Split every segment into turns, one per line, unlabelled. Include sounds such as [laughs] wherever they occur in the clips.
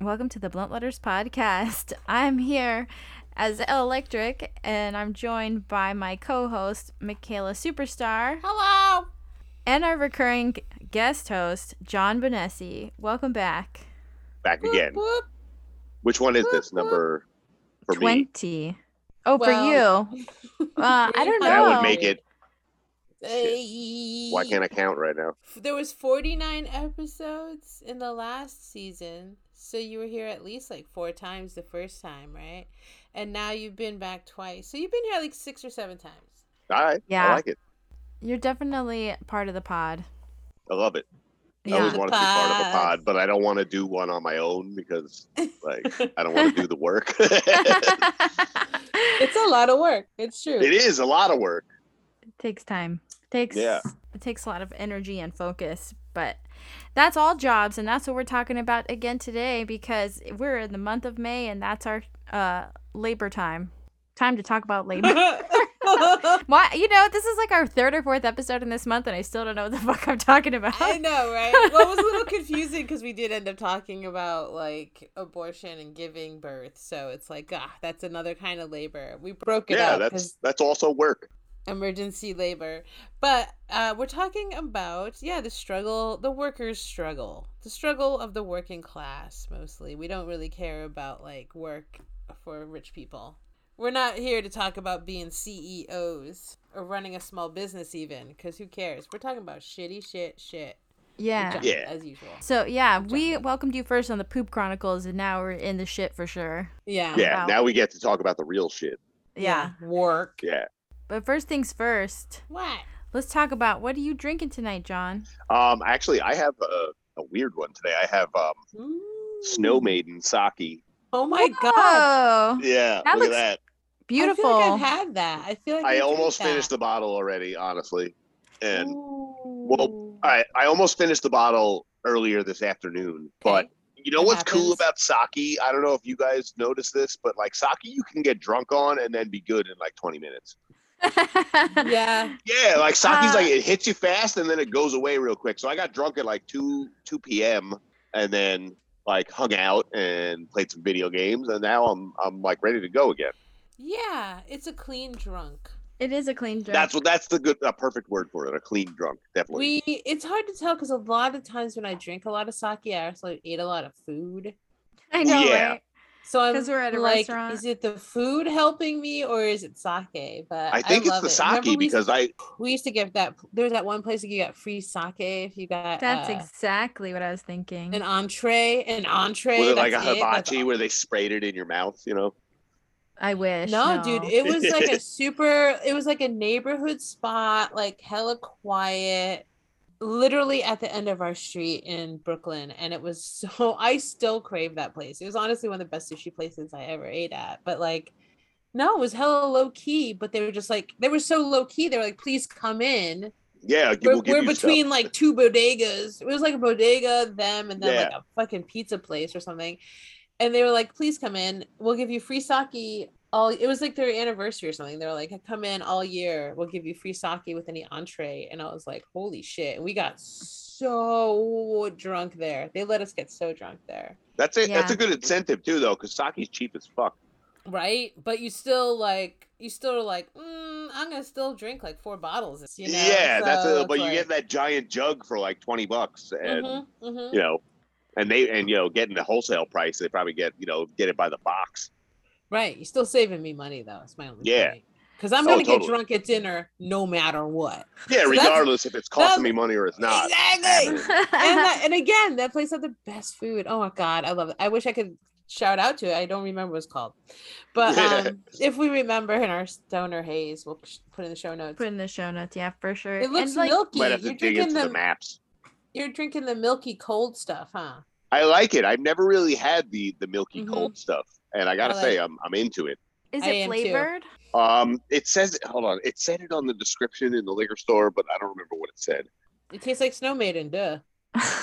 Welcome to the Blunt Letters Podcast. [laughs] I'm here as Electric, and I'm joined by my co host, Michaela Superstar,
Hello.
and our recurring g- guest host, John Bonessi. Welcome back.
Back again.
Whoop,
Which one is
whoop,
this
whoop.
number for me?
20. Oh,
Well, [laughs]
for you. Uh, I don't
That
know.
would make it.
whoop.
Why can't I count right now?
F- There was 49 episodes in the last season, so you were here at least like four times the first time, right? And now you've been back twice, so you've been here like six or seven times. [laughs]
All right.
Yeah.
I like it.
You're definitely part of the pod.
I love it. I
Yeah.
always want to be part of a
Pod.
pod, but I don't want to do one on my
[laughs]
own because, like, I don't want to do the work. [laughs] it
[laughs]
[laughs]
It's a lot of work. It's true.
is a lot of work.
takes time. Takes
Yeah.
it takes a lot of energy and focus, but that's all jobs and that's what we're talking about again today because we're in the month of May and that's our uh labor time. Time to talk about labor.
[laughs]
Why you know, this is like our third or fourth episode in this month and I still don't know what the [laughs] fuck I'm talking about.
[laughs] I know, right? Well, it was a little confusing because we did end up talking about like abortion and giving birth. So it's like, ah, that's another kind of labor. We broke it
yeah,
up
that's
'cause
that's also work.
emergency labor. But uh, we're talking about, yeah, the struggle, the workers' struggle, the struggle of the working class mostly. We don't really care about like work for rich people. We're not here to talk about being CEOs or running a small business, even, because who cares? We're talking about shitty shit, shit.
yeah.
Jump,
Yeah.
As usual.
So yeah,
Good
we
job.
welcomed you first on the poop chronicles and now we're in the shit for sure.
Yeah.
Yeah.
wow.
Now we get to talk about the real shit.
yeah.
Work.
Yeah.
But first things first,
What?
let's talk about what are you drinking tonight, John?
Um. Actually, I have a, a weird one today. I have um Snow Maiden sake.
Oh my god.
Oh,
Yeah.
That
look
looks
at that.
beautiful.
I feel like I've had that. I feel like
I almost finished the bottle already, honestly, and.
well,
I, I almost finished the bottle earlier this afternoon, but you know
It
what's cool
happens.
about sake? I don't know if you guys noticed this, but like sake, you can get drunk on and then be good in like 20 minutes.
[laughs] yeah.
Yeah, like sake's
Uh,
like it hits you fast and then it goes away real quick. So I got drunk at like 2 2 p.m. and then like hung out and played some video games and now I'm I'm like ready to go again.
Yeah, it's a clean drunk.
It is a clean drink.
That's what that's the good a perfect word for it, a clean drunk, definitely.
We it's hard to tell because a lot of times when I drink a lot of sake, I also eat a lot of food.
[laughs] I know,
Yeah.
right?
So I'm
'Cause we're at a
like,
restaurant.
is it the food helping me or is it sake? But
I think
love
it's the
it. Remember
sake
we used-
because I
we used to get that. There's that one place that you got free sake if you got
That's
uh,
exactly what I was thinking.
an entree, an entree.
was it like a
that's it, that's
hibachi where they sprayed it in your mouth, you know?
I wish.
No, dude,
[laughs]
it was like a super. It was like a neighborhood spot, like hella quiet, literally at the end of our street in Brooklyn, and it was so. [laughs] I still crave that place. It was honestly one of the best sushi places I ever ate at. But like, no, it was hella low key. But they were just like they were so low key. They were like, please come in.
Yeah,
We're,
we'll give
we're
you stuff.
between like two bodegas. It was like a bodega, them, and then
Yeah.
like a fucking pizza place or something. And they were like, please come in. We'll give you free sake. All it was like their anniversary or something. They were like, come in all year. We'll give you free sake with any entree. And I was like, holy shit. And we got so drunk there. They let us get so drunk there.
That's it. That's
Yeah.
a good incentive too, though, because sake's cheap as fuck.
Right? But you still like you still are like, mm, I'm gonna still drink like four bottles. You know?
yeah, that's
So
a, but
it's
you
like-
get that giant jug for like twenty bucks, and
Mhm, mhm.
you know, and they and you know, getting the wholesale price, they probably get you know, get it by the box.
Right. You're still saving me money though. It's my only
Yeah.
Because I'm
Oh,
gonna get
totally.
drunk at dinner no matter what.
Yeah,
So that's-
regardless if it's costing me money or it's not.
Exactly. and,
[laughs]
[laughs]
that, and again, that place had the best food. Oh my god, I love it. I wish I could shout out to it. I don't remember what it's called,
[laughs]
but um, if we remember in our stoner haze, we'll sh- put in the show notes.
Put in the show notes, yeah, for sure.
It looks
and, like,
milky.
Might have to
You're
dig into
drinking
the,
the,
maps.
you're drinking the milky cold stuff, huh?
I like it. I've never really had the the milky
Mhm.
cold stuff, and I gotta
I
say, I'm I'm into it.
Is
I
it
am too.
flavored?
Um, it says, hold on, it said it on the description in the liquor store, but I don't remember what it said.
It tastes like snow maiden. Duh.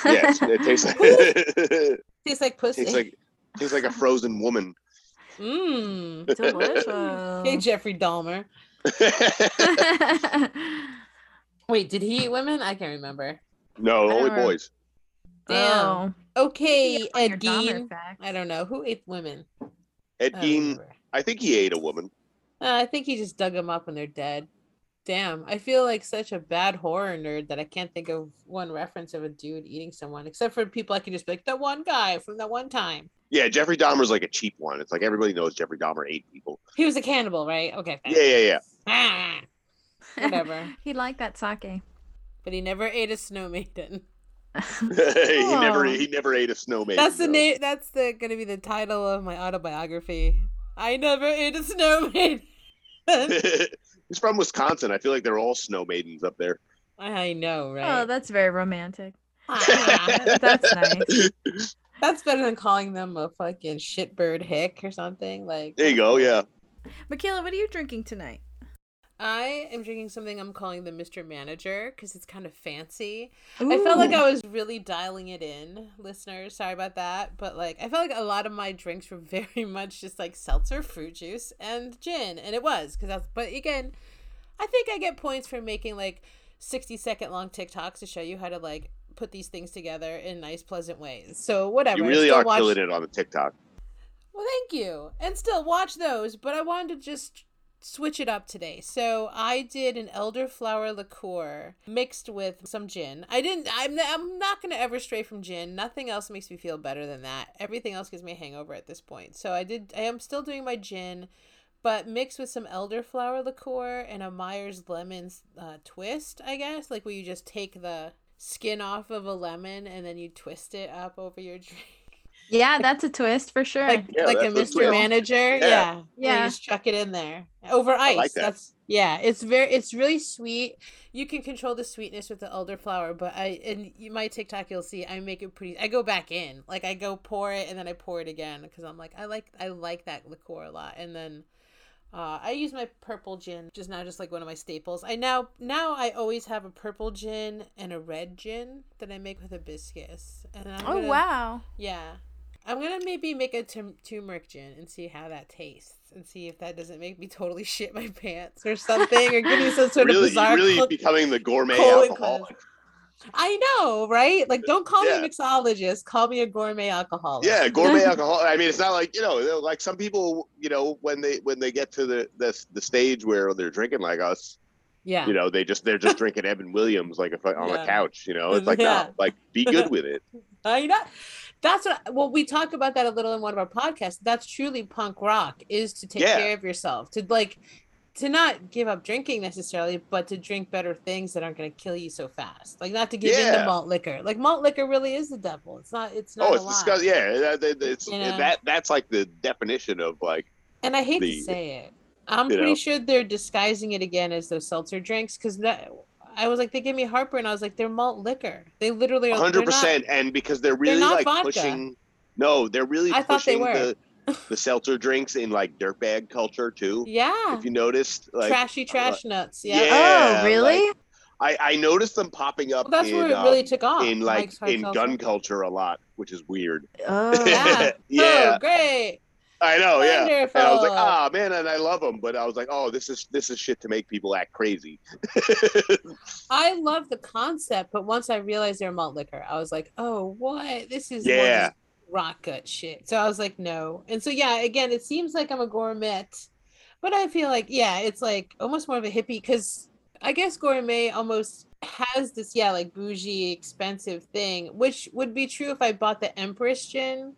Yes,
[laughs]
it tastes
[laughs]
[laughs] like.
tastes like pussy.
tastes
[laughs]
like tastes like a frozen woman. [laughs]
[laughs]
Mmm. Hey,
delicious.
Jeffrey Dahmer. Wait, did he eat women? I can't remember.
no,
I
only
don't know.
boys.
Damn.
Oh.
Okay,
Yeah, on your
Ed
Dahmer
Gein.
facts.
I don't know who ate women.
Ed
I don't
Gein,
remember.
I think he ate a woman.
Uh, I think he just dug them up and they're dead. Damn, I feel like such a bad horror nerd that I can't think of one reference of a dude eating someone, except for people I can just be like that one guy from that one time.
Yeah, Jeffrey Dahmer's like a cheap one. It's like everybody knows Jeffrey Dahmer ate people.
He was a cannibal, right? Okay.
Yeah, yeah, yeah.
yeah. Whatever.
he liked that sake.
but he never ate a snow maiden.
[laughs] he never
Oh.
he never ate a snowman.
That's the
though.
name. That's the gonna be the title of my autobiography. I never ate a snow maiden.
[laughs] He's from Wisconsin. I feel like they're all snow maidens up there.
[laughs] I know,
Oh,
right?
that's very romantic. [laughs]
Ah,
[laughs]
That's nice.
that's better than calling them a fucking shitbird hick or something. Like
There you go. Yeah.
Michaela, what are you drinking tonight?
I am drinking something I'm calling the Mr. Manager because it's kind of fancy. I felt like I was really dialing it in, listeners. Sorry about that. But like, I felt like a lot of my drinks were [laughs] very much just like seltzer, fruit juice, and gin. And it was because that's, but again, I think I get points for making like 60 second long TikToks to show you how to like put these things together in nice, pleasant ways. So whatever.
You
I
really
still
are
watched-
killing it on the TikTok.
well, thank you. And still watch those, but I wanted to just switch it up today. So I did an elderflower liqueur mixed with some gin. I didn't I'm I'm not going to ever stray from gin. Nothing else makes me feel better than that. Everything else gives me a hangover at this point. So I did I am still doing my gin but mixed with some elderflower liqueur and a Myers lemon uh, twist, I guess, like where you just take the skin off of a lemon and then you twist it up over your [laughs] drink
Yeah, that's a twist for sure.
like
Yeah,
like a
that's what's
Mr.
real.
Manager. Yeah. Yeah.
Yeah.
You just chuck it in there over ice.
like that.
That's yeah. It's very it's really sweet. You can control the sweetness with the elderflower, but I and you, my TikTok you'll see I make it pretty. I go back in like I go pour it and then I pour it again because I'm like I like I like that liqueur a lot and then. Uh, I use my purple gin just now, just like one of my staples. I now now I always have a purple gin and a red gin that I make with hibiscus. And I'm
oh
gonna-
wow.
yeah. I'm gonna maybe make a tum- turmeric gin and see how that tastes and see if that doesn't make me totally [laughs] shit my pants or something or give me some sort of
Really,
bizarre
you're really
col-
becoming the gourmet
colon
alcoholic.
cleanse. I know, right? Like, don't call me
Yeah.
a mixologist. Call me a gourmet alcoholic. [laughs]
Yeah, gourmet alcohol. I mean, it's not like you know, they're like some people, you know, when they when they get to the the, the stage where they're drinking like us,
Yeah.
you know, they just they're just drinking Evan Williams like a, fu- on
Yeah.
a couch. You know, it's like
Yeah.
no, like be good with it.
I know. That's what. Well, we talk about that a little in one of our podcasts. That's truly punk rock is to take
Yeah.
care of yourself, to like, to not give up drinking necessarily, but to drink better things that aren't going to kill you so fast. Like not to give in
Yeah.
to malt liquor. Like malt liquor really is the devil. It's not. It's [laughs] not.
oh,
a
it's
lie.
disgusting. Yeah, that, that- it's
You know?
that that's like the definition of like
And I hate
the-
to say it. I'm
you
pretty
know?
sure they're disguising it again as those seltzer drinks because that. I was like, they give me heartburn. I was like, they're malt liquor. They literally are.
hundred
they're not-
percent. And because they're really
not
like
vodka.
pushing. No, they're really
I thought they
pushing
were.
the the seltzer drinks in like dirtbag culture too.
Yeah.
If you noticed, like
Trashy trash nuts.
Yeah,
oh,
like-
really?
I I noticed them popping up
Well, that's
in,
where it
um,
really took off.
in like
Mike's Hard
in
Seltzer.
gun culture a lot, which is weird.
[laughs]
oh.
Yeah.
[laughs] Yeah.
Oh, great.
I know, yeah.
Wonderful.
And I was like, ah, man, and I love them, but I was like, oh, this is this is shit to make people act crazy.
I love the concept, but once I realized they're malt liquor, I was like, oh, what? This is one of
Yeah.
those rock gut shit. So I was like, no. And so yeah, again, it seems like I'm a gourmet, but I feel like yeah, it's like almost more of a hippie because I guess gourmet almost has this yeah like bougie expensive thing, which would be true if I bought the Empress gin.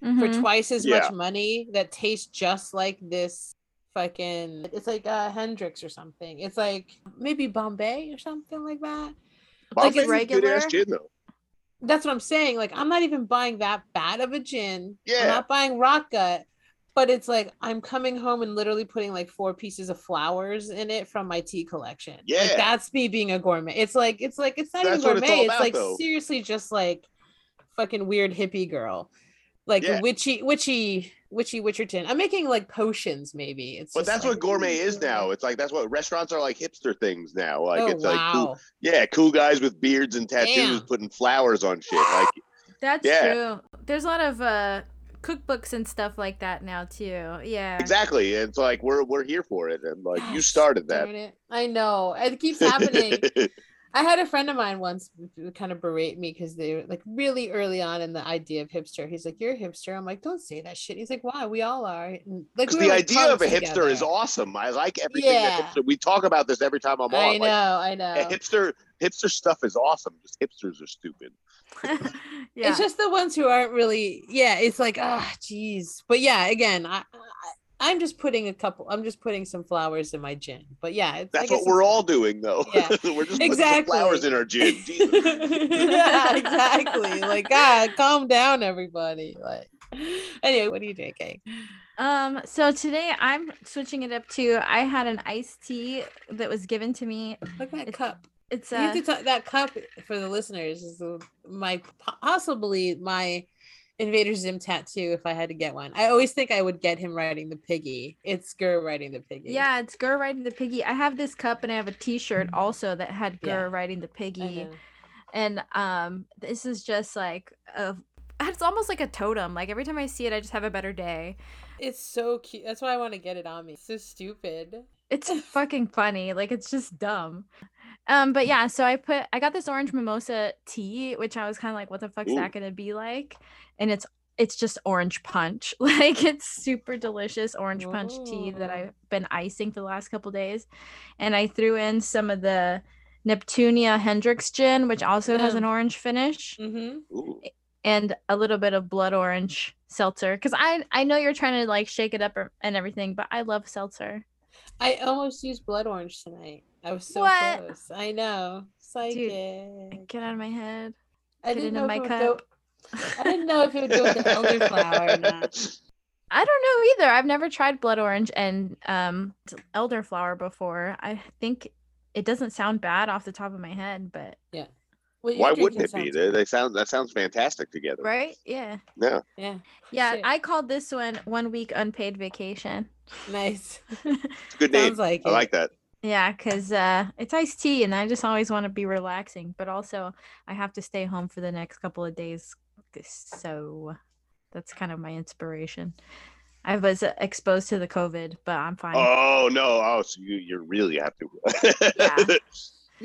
for
Mhm.
twice as
Yeah.
much money that tastes just like this fucking it's like uh Hendrix or something. It's like maybe Bombay or something like that. Like
Bombay is
regular?
good ass gin though.
That's what I'm saying. Like I'm not even buying that bad of a gin.
Yeah.
I'm not buying rock gut, but it's like I'm coming home and literally putting like four pieces of flowers in it from my tea collection. Like
Yeah.
that's me being a gourmet. It's like it's like it's not
That's
even
what it's
gourmet.
all
It's,
about,
like
though.
seriously just like fucking weird hippie girl. Like
Yeah.
witchy witchy witchy witcherton. I'm making like potions maybe. It's
But
just,
that's
like,
what gourmet is now. It's like that's what restaurants are like hipster things now. Like
Oh
it's like cool,
wow.
yeah, cool guys with beards and tattoos
Damn.
putting flowers on shit. Like
That's
Yeah.
true. There's a lot of uh, cookbooks and stuff like that now too. Yeah.
exactly. It's like we're we're here for it. And like you
Yes,
started
Darn
that. [laughs]
it. I know. It keeps happening. I had a friend of mine once kind of berate me because they were like really early on in the idea of hipster. He's like, "You're a hipster." I'm like, "don't say that shit. He's like, "Why? We all are." And, like
Because
we were,
the
like,
idea of a
punks
hipster
together.
is awesome. I like everything
Yeah.
that hipster. We talk about this every time I'm on.
I know,
Like,
I know.
eh, hipster hipster stuff is awesome. Just hipsters are stupid.
yeah.
It's just the ones who aren't really. Yeah, it's like, ah, geez. But yeah, again, I, I I'm just putting a couple. I'm just putting some flowers in my gin. But yeah, it's, I
That's
guess
what we're all doing though.
Yeah.
[laughs] we're just putting some
Exactly.
flowers in
[laughs]
our gin. Jesus.
yeah, exactly. Like, God, calm down, everybody. Like, anyway, what are you drinking?
Um, so today I'm switching it up too. I had an iced tea that was given to me.
Look at that
It's
cup.
It's
you have
uh,
to talk, that cup for the listeners is the- my possibly my Invader Zim tattoo. If I had to get one, I always think I would get him riding the piggy. It's Gur riding the piggy.
yeah, it's Gur riding the piggy. I have this cup and I have a T-shirt also that had Gur
Yeah.
riding the
I
piggy.
know.
and um this is just like a it's almost like a totem like every time i see it i just have a better day
it's so cute. That's why I want to get it on me. It's so stupid.
it's fucking funny like it's just dumb um but yeah so i put i got this orange mimosa tea which i was kind of like what the fuck's that gonna be like and it's it's just orange punch [laughs] like it's super delicious orange punch tea that
Ooh.
i've been icing for the last couple days and i threw in some of the neptunia hendrix gin which also has an
Yum.
orange finish
Mm-hmm.
Ooh.
and a little bit of blood orange seltzer because I I know you're trying to like shake it up or, and everything, but I love seltzer.
I almost used blood orange tonight. I was so
What?
close. I know. Psychic.
Get out of my head.
I
Get it
didn't
in
know if
my
it would
cup.
go. I didn't know if it would go with the
[laughs]
elderflower or not.
[laughs]
I don't know either. I've never tried blood orange and um elderflower before. I think it doesn't sound bad off the top of my head, but
What you're
Why wouldn't
drinking
it be?
sounds-
They, they sound that sounds fantastic together.
right? Yeah.
Yeah.
Yeah.
Yeah,
Shit.
I called this one one week unpaid vacation.
Nice.
It's a good name.
Sounds like
I
it.
like that.
yeah, cuz uh it's iced tea and I just always want to be relaxing, but also I have to stay home for the next couple of days. So that's kind of my inspiration. I was uh, exposed to the COVID, but I'm fine.
Oh no! Oh, so you you really have to. [laughs]
Yeah.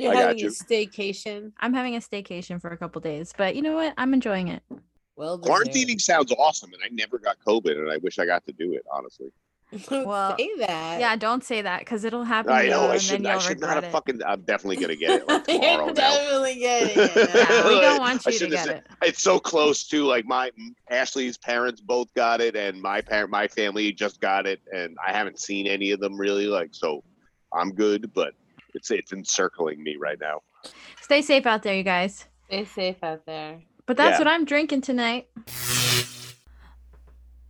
You're
I got
having
you.
a staycation.
I'm having a staycation for a couple of days, but you know what? I'm enjoying it.
Well,
Quarantining sounds awesome, and I never got COVID, and I wish I got to do it. Honestly,
deserved. [laughs] Don't
Well,
say that.
Yeah, don't say that because it'll happen.
I
to
know
you,
I
and
should.
then
I
you'll
should not have
regret it.
fucking. I'm definitely gonna get it
[laughs]
like tomorrow.
You're
now.
definitely getting
[laughs]
it. now.
Yeah, we don't
I
want you to
shouldn't have
get
said-
it.
It's so close to like my Ashley's parents both got it, and my parent, my family just got it, and I haven't seen any of them really. Like, so I'm good, but it's it's encircling me right now.
Stay safe out there, you guys.
Stay safe out there.
But that's
Yeah.
what I'm drinking tonight.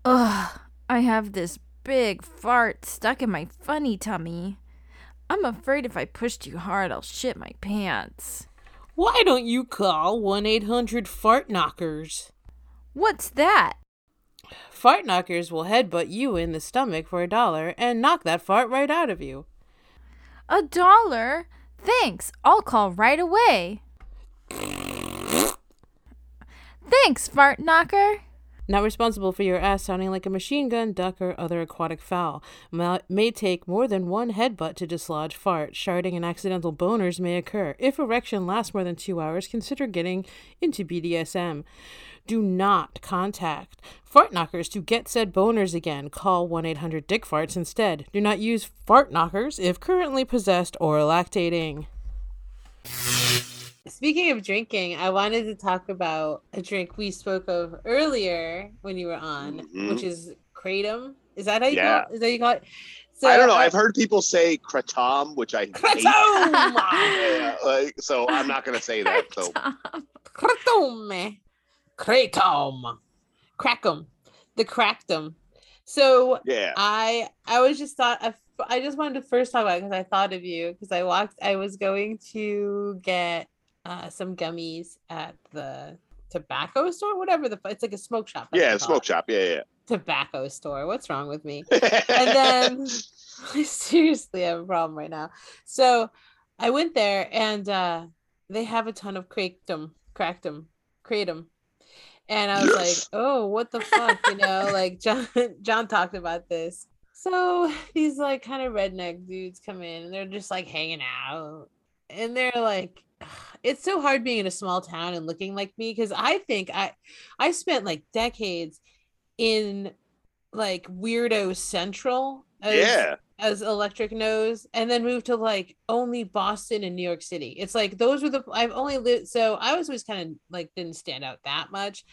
Ugh, I have this big fart stuck in my funny tummy. I'm afraid if I push too hard, I'll shit my pants.
Why don't you call 1 800 Fart Knockers?
What's that?
Fart Knockers will headbutt you in the stomach for a dollar and knock that fart right out of you.
A dollar? Thanks, I'll call right away. Thanks, fart knocker.
Not responsible for your ass sounding like a machine gun, duck, or other aquatic fowl. Ma- May take more than one headbutt to dislodge fart. Sharding and accidental boners may occur. If erection lasts more than two hours, consider getting into BDSM. Do not contact fart knockers to get said boners again. Call 1 800 Dick Farts instead. Do not use fart knockers if currently possessed or lactating. Speaking of drinking, I wanted to talk about a drink we spoke of earlier when you were on,
Mhm.
which is kratom. Is that how you
Yeah.
call it? Is that how you call it? So uh,
I don't know. I've heard people say kratom, which I hate.
kratom,
Yeah, like, so I'm not gonna say that. So
[laughs] kratom, kratom, crackum, the crackdom. So
yeah,
I I was just thought I, f- I just wanted to first talk about because I thought of you because I walked I was going to get uh, some gummies at the tobacco store whatever the fu- it's like a smoke shop I
yeah,
should call
smoke
it.
shop. Yeah,
tobacco store what's wrong with me
yeah.
and then
[laughs]
[laughs] I seriously have a problem right now so I went there and uh, they have a ton of kratom kratom kratom and I was
Yes.
like, "Oh, what the fuck?" You
[laughs]
know, like John John talked about this. So these like [sighs] kind of redneck dudes come in and they're just like hanging out, and they're like, it's so hard being in a small town and looking like me because I think I I spent like decades in like weirdo central as,
yeah.
as electric nose and then moved to like only Boston and New York City. It's like those were the I've only lived so I was always kind of like didn't stand out that much.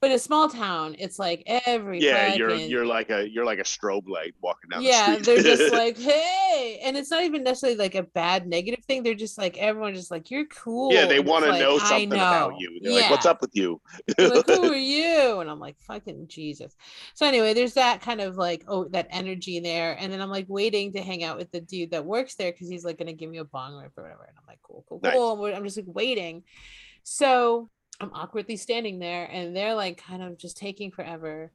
But in a small town, it's like every
Yeah, you're
fucking-
you're like a you're like a strobe light walking down
yeah,
the
they're
street.
just like, hey, and it's not even necessarily like a bad negative thing. They're just like everyone just like you're cool.
[laughs] yeah, they
And it's
want to
like,
know
"I
something
know."
about you. They're
yeah.
like, "What's up with you?"
They're like, who are you? And I'm like, fucking Jesus. So anyway, there's that kind of like, oh, that energy there. And then I'm like waiting to hang out with the dude that works there because he's like gonna give me a bong rip or whatever. And I'm like, cool, cool,
Nice.
cool. And we're- I'm just like waiting. So I'm awkwardly standing there and they're like kind of just taking forever.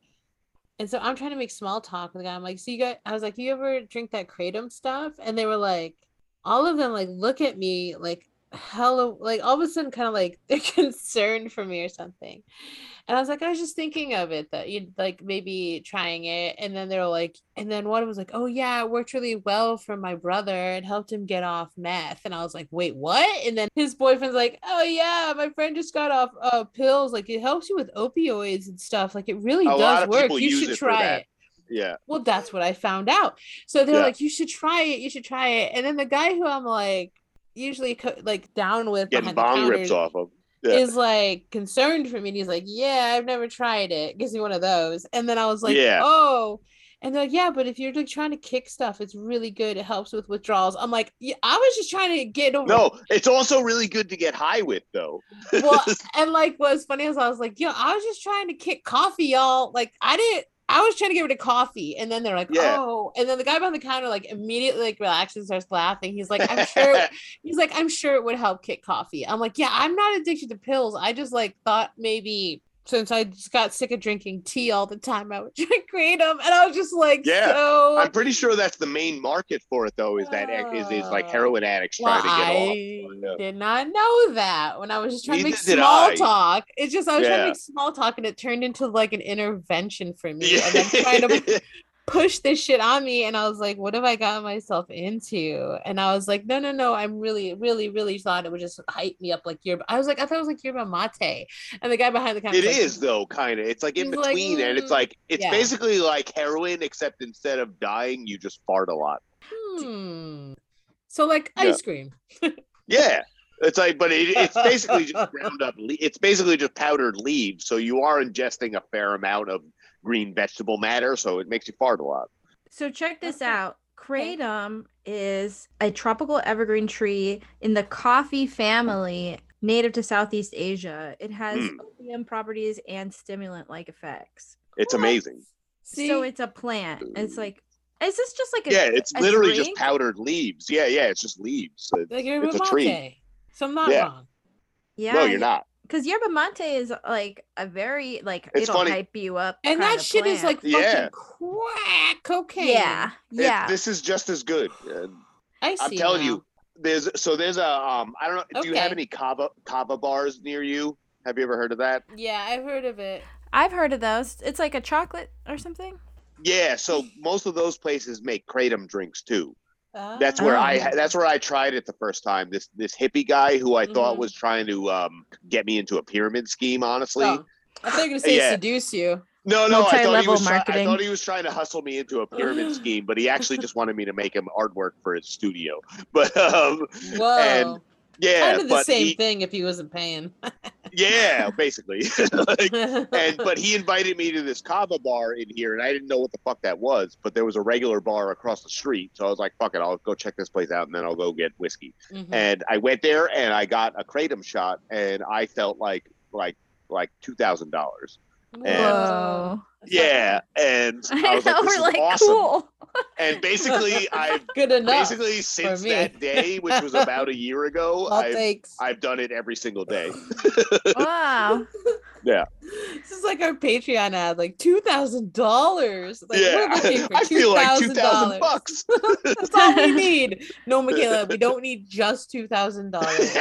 And so I'm trying to make small talk with the guy. I'm like, so you got I was like, you ever drink that kratom stuff? And they were like, all of them like look at me like hello like all of a sudden kind of like [laughs] they're concerned for me or something and i was like i was just thinking of it that you'd like maybe trying it and then they were like and then one was like oh yeah it worked really well for my brother it helped him get off meth and i was like wait what and then his boyfriend's like oh yeah my friend just got off uh pills like it helps you with opioids and stuff like it really
A
does
lot of
work
people
you
use
should
it for
try
that.
it
Yeah,
well, that's what I found out. So they're
Yeah.
like, you should try it. You should try it. And then the guy who I'm like, usually co- like down with
getting
behind the
bong
counter
rips off of. Yeah.
is like concerned for me. And he's like, yeah, I've never tried it. Gives me one of those. And then I was like,
Yeah.
oh. And they're like, yeah, but if you're like trying to kick stuff, it's really good. It helps with withdrawals. I'm like, yeah, I was just trying to get over
No, it's also really good to get high with though. [laughs]
well, and like what's funny is I was like, yo, I was just trying to kick coffee, y'all. Like I didn't. I was trying to get rid of coffee, and then they're like,
Yeah.
"Oh!" And then the guy behind the counter like immediately like relaxes, and starts laughing. He's like, "I'm
[laughs]
sure." he's like, "I'm sure it would help kick coffee." I'm like, "Yeah, I'm not addicted to pills. I just like thought maybe since I just got sick of drinking tea all the time, I would [laughs] drink kratom." And I was just like,
Yeah,
so
I'm pretty sure that's the main market for it though. Is that e, is is like heroin addicts
Uh, Well,
trying to get off?
I
Yeah.
did not know that when I was just trying to make
Neither did
small
I.
talk. It's just I was trying to
Yeah.
make small talk and it turned into like an intervention for me. And I'm trying
[laughs] Yeah.
to push this shit on me. And I was like, what have I gotten myself into? And I was like, no, no, no. I'm really, really, really thought it would just hype me up like you're I was like, I thought it was like yerba mate. And the guy behind the counter
It
was like,
is though, kind of. It's like in
He's like, mm,
between, and it's like it's
yeah.
basically like heroin, except instead of dying, you just fart a lot.
"Hmm." So like
Yeah.
ice cream.
Yeah, it's like, but it, it's
[laughs]
basically just ground up. Le- it's basically just powdered leaves, so you are ingesting a fair amount of green vegetable matter, so it makes you fart a lot.
So check this
Okay.
out.
Okay.
Kratom is a tropical evergreen tree in the coffee family, native to Southeast Asia. It has
Hmm.
opium properties and stimulant-like effects.
It's
What?
amazing.
See,
So it's a plant. It's like, is this just like a
Yeah, it's
a
literally just
drink?
powdered leaves. Yeah, yeah, it's just leaves. Uh,
like yerba
it's a
mate.
tree.
So I'm not
Yeah.
wrong.
yeah?
no, you're not.
Because yerba mate is like a very like
It's
it'll
funny.
hype you up,
And
kind
that
of
shit is
plant.
like fucking
Yeah.
crack cocaine.
yeah,
It-
yeah.
this is just as good. Uh,
I see.
I'm telling
now.
you, there's so there's a um. I don't know. Do you have
Okay.
any kava kava bars near you? Have you ever heard of that?
Yeah, I've heard of it.
I've heard of those. It's like a chocolate or something.
Yeah, so most of those places make kratom drinks too. That's where I
Oh.
that's where I tried it the first time. This this hippie guy who I
Mhm.
Mm-hmm.
thought was trying to um, get me into a pyramid scheme. Honestly,
Oh. I thought you were
[laughs]
gonna say
Yeah.
seduce you.
no, no, I thought he
Multi-level
was try- I
marketing.
thought he was trying to hustle me into a
[laughs]
pyramid scheme, but he actually just wanted me to make him artwork for his studio. [laughs] But um,
Whoa,
And- yeah,
kind of the
but
same
he-
thing if he wasn't paying.
yeah, basically. [laughs] Like, [laughs] and
and [laughs]
[laughs]
but he invited me to this kava bar in here, and I didn't know what the fuck that was. But there was a regular bar across the street, so I was like, "Fuck it, I'll go check this place out, and then I'll go get whiskey."
Mm-hmm.
Hmm.
And I went there, and I got a kratom shot, and I felt like like like two thousand dollars.
Whoa.
Yeah, and I
[laughs] I
was like,
know,
"This
we're
is
like
awesome." [laughs]
cool.
[laughs]
And basically, I've
good enough.
basically since
me.
that day, which was about a year ago,
all
I've,
takes. [laughs]
I've done it every single day. [laughs]
wow.
Yeah.
This is like our Patreon ad, like two thousand dollars. Like
yeah,
we're looking for
[laughs] I
two
feel like two
thousand dollars.
thousand bucks. [laughs]
That's all we need. No, Michaela, we don't need just two thousand dollars.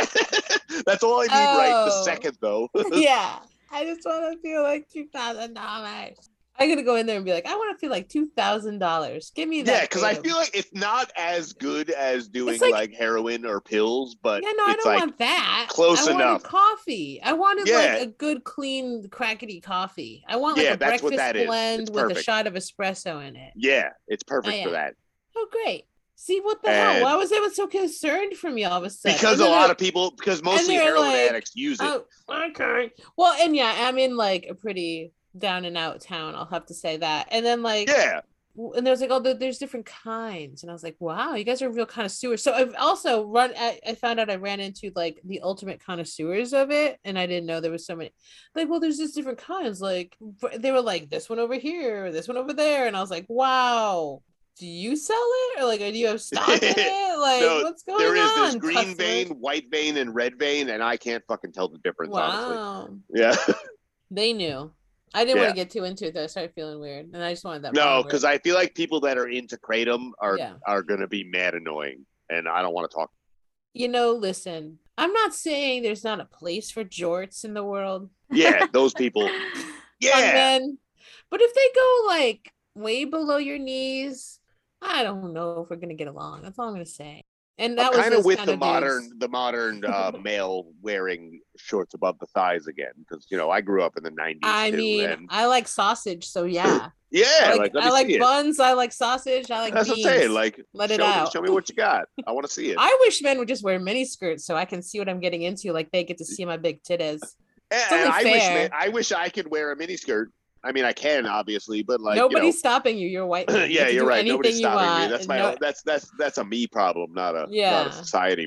That's all I need right the
Oh.
second though.
yeah. I just want to feel like two thousand dollars. I'm gonna go in there and be like, I want to feel like two thousand dollars. Give me that.
Yeah, because I
freedom."
feel like it's not as good as doing
like-
like, heroin or pills, but
yeah, no, I
it's
don't
like
want that.
close
I wanted
enough.
coffee. I wanted
Yeah.
like a good, clean, crackety coffee. I want like
Yeah,
a
that's
breakfast
what that is.
blend
It's
with a
perfect.
shot of espresso in it.
yeah, it's perfect
yeah.
for that.
Oh, great. See what the hell?
And-
Why was I so concerned for me all of a sudden?
Because a lot of people, because mostly
they're
heroin
like,
addicts use it.
Oh, okay. Well, and yeah, I'm in like a pretty down and out town. I'll have to say that. And then like,
yeah,
w- and there's like, oh, there- there's different kinds, and I was like, wow, you guys are real connoisseurs. So I've also run. I, I found out I ran into like the ultimate connoisseurs of it, and I didn't know there was so many. Like, well, there's just different kinds. Like v- they were like this one over here, this one over there, and I was like, wow. Do you sell it, or like, do you have stock in
[laughs]
it? Like,
No,
what's going
there is
on?
this green
customer?
vein, white vein, and red vein, and I can't fucking tell the difference. Honestly,
Wow.
yeah,
They knew. I didn't want
Yeah.
to get too into it though. I started feeling weird, and I just wanted that.
no, because I feel like people that are into kratom are
Yeah.
are gonna be mad annoying, and I don't want to talk.
you know, listen, I'm not saying there's not a place for jorts in the world.
Yeah,
[laughs]
those people.
Oh, on
Yeah,
men, but if they go like way below your knees, I don't know if we're gonna get along. That's all I'm gonna say. And that
I'm
was
kind of
those
with
kinda
the
dudes.
modern the
[laughs]
modern uh, male wearing shorts above the thighs again because you know I grew up in the 90s
I
too,
mean,
and
I like sausage, so yeah.
yeah,
I
like,
like,
let
I
me
like
see it.
buns. I like sausage. I like
That's
beans.
what I'm saying. Like,
Let
show,
it
me-
out.
show me what you got. I want to
[laughs]
see it.
I wish men would just wear mini skirts so I can see what I'm getting into. Like they get to see my big titties.
And-
only
and I wish,
fair.
man, I wish I could wear a mini skirt. I mean, I can obviously, but like,
Nobody's stopping you. You're a white.
you know,
man. You
[clears throat] yeah,
can
you're
do
right. Nobody's
anything you
stopping me.
want,
That's
and
my
no-
own, that's that's that's a me problem, not a
Yeah.
not a society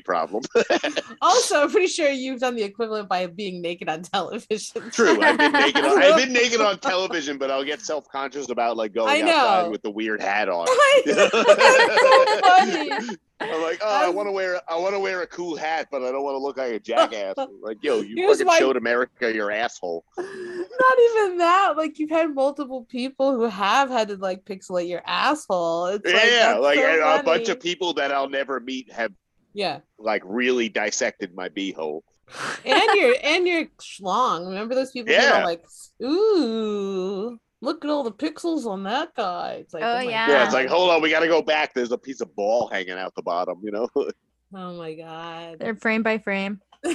[laughs]
problem. [laughs]
Also, I'm pretty sure you've done the equivalent by being naked on television. [laughs]
True, I've been naked. On, I've been naked on television, but I'll get self conscious about like
I
going
know.
outside with the weird hat on.
[laughs]
[laughs]
That's so funny.
I'm like, oh, I
I'm-
want to wear, I want to wear a cool hat, but I don't want
[laughs]
to look like a jackass. Like, yo, you
Here's
fucking
my-
showed America your asshole.
Not even that. Like you've had multiple people who have had to like pixelate your asshole. It's [laughs] like,
yeah,
that's
like
so
and a bunch
funny.
of people that I'll never meet have
yeah,
like really dissected my beehole.
and your and your schlong. Remember those people? who are
Yeah.
like, ooh, look at all the pixels on that guy. It's like,
Oh,
my
yeah.
Yeah, it's
God.
like, hold on, we got to go back. There's a piece of ball hanging out the bottom, you know? [laughs]
oh my god. [laughs]
They're frame by frame.
yeah. [laughs]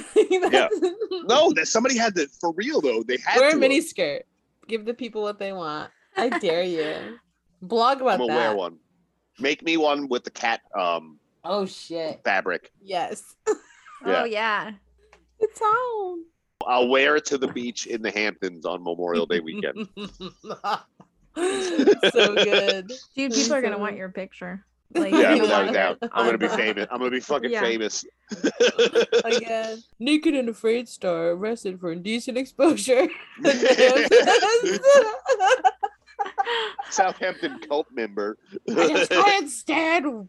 no, that somebody had to for real though. They had
Wear a
to. uh,
mini skirt. Give the people what they want. I dare
[laughs]
you. Blog
I'm
about
gonna wear
that.
one. Make me one with the cat um
Oh shit.
fabric.
Yes.
Oh yeah.
[laughs] It's on.
I'll wear it to the beach in the Hamptons on Memorial Day weekend.
[laughs] so good.
Dude, people are gonna want your [laughs] picture. Like,
yeah,
You
without
are.
a doubt. I'm gonna be
Uh-huh.
famous. I'm gonna be fucking
Yeah.
[laughs]
famous.
Again. Naked and afraid star arrested for indecent
[laughs]
exposure. [laughs]
Southampton cult member.
I just couldn't stand,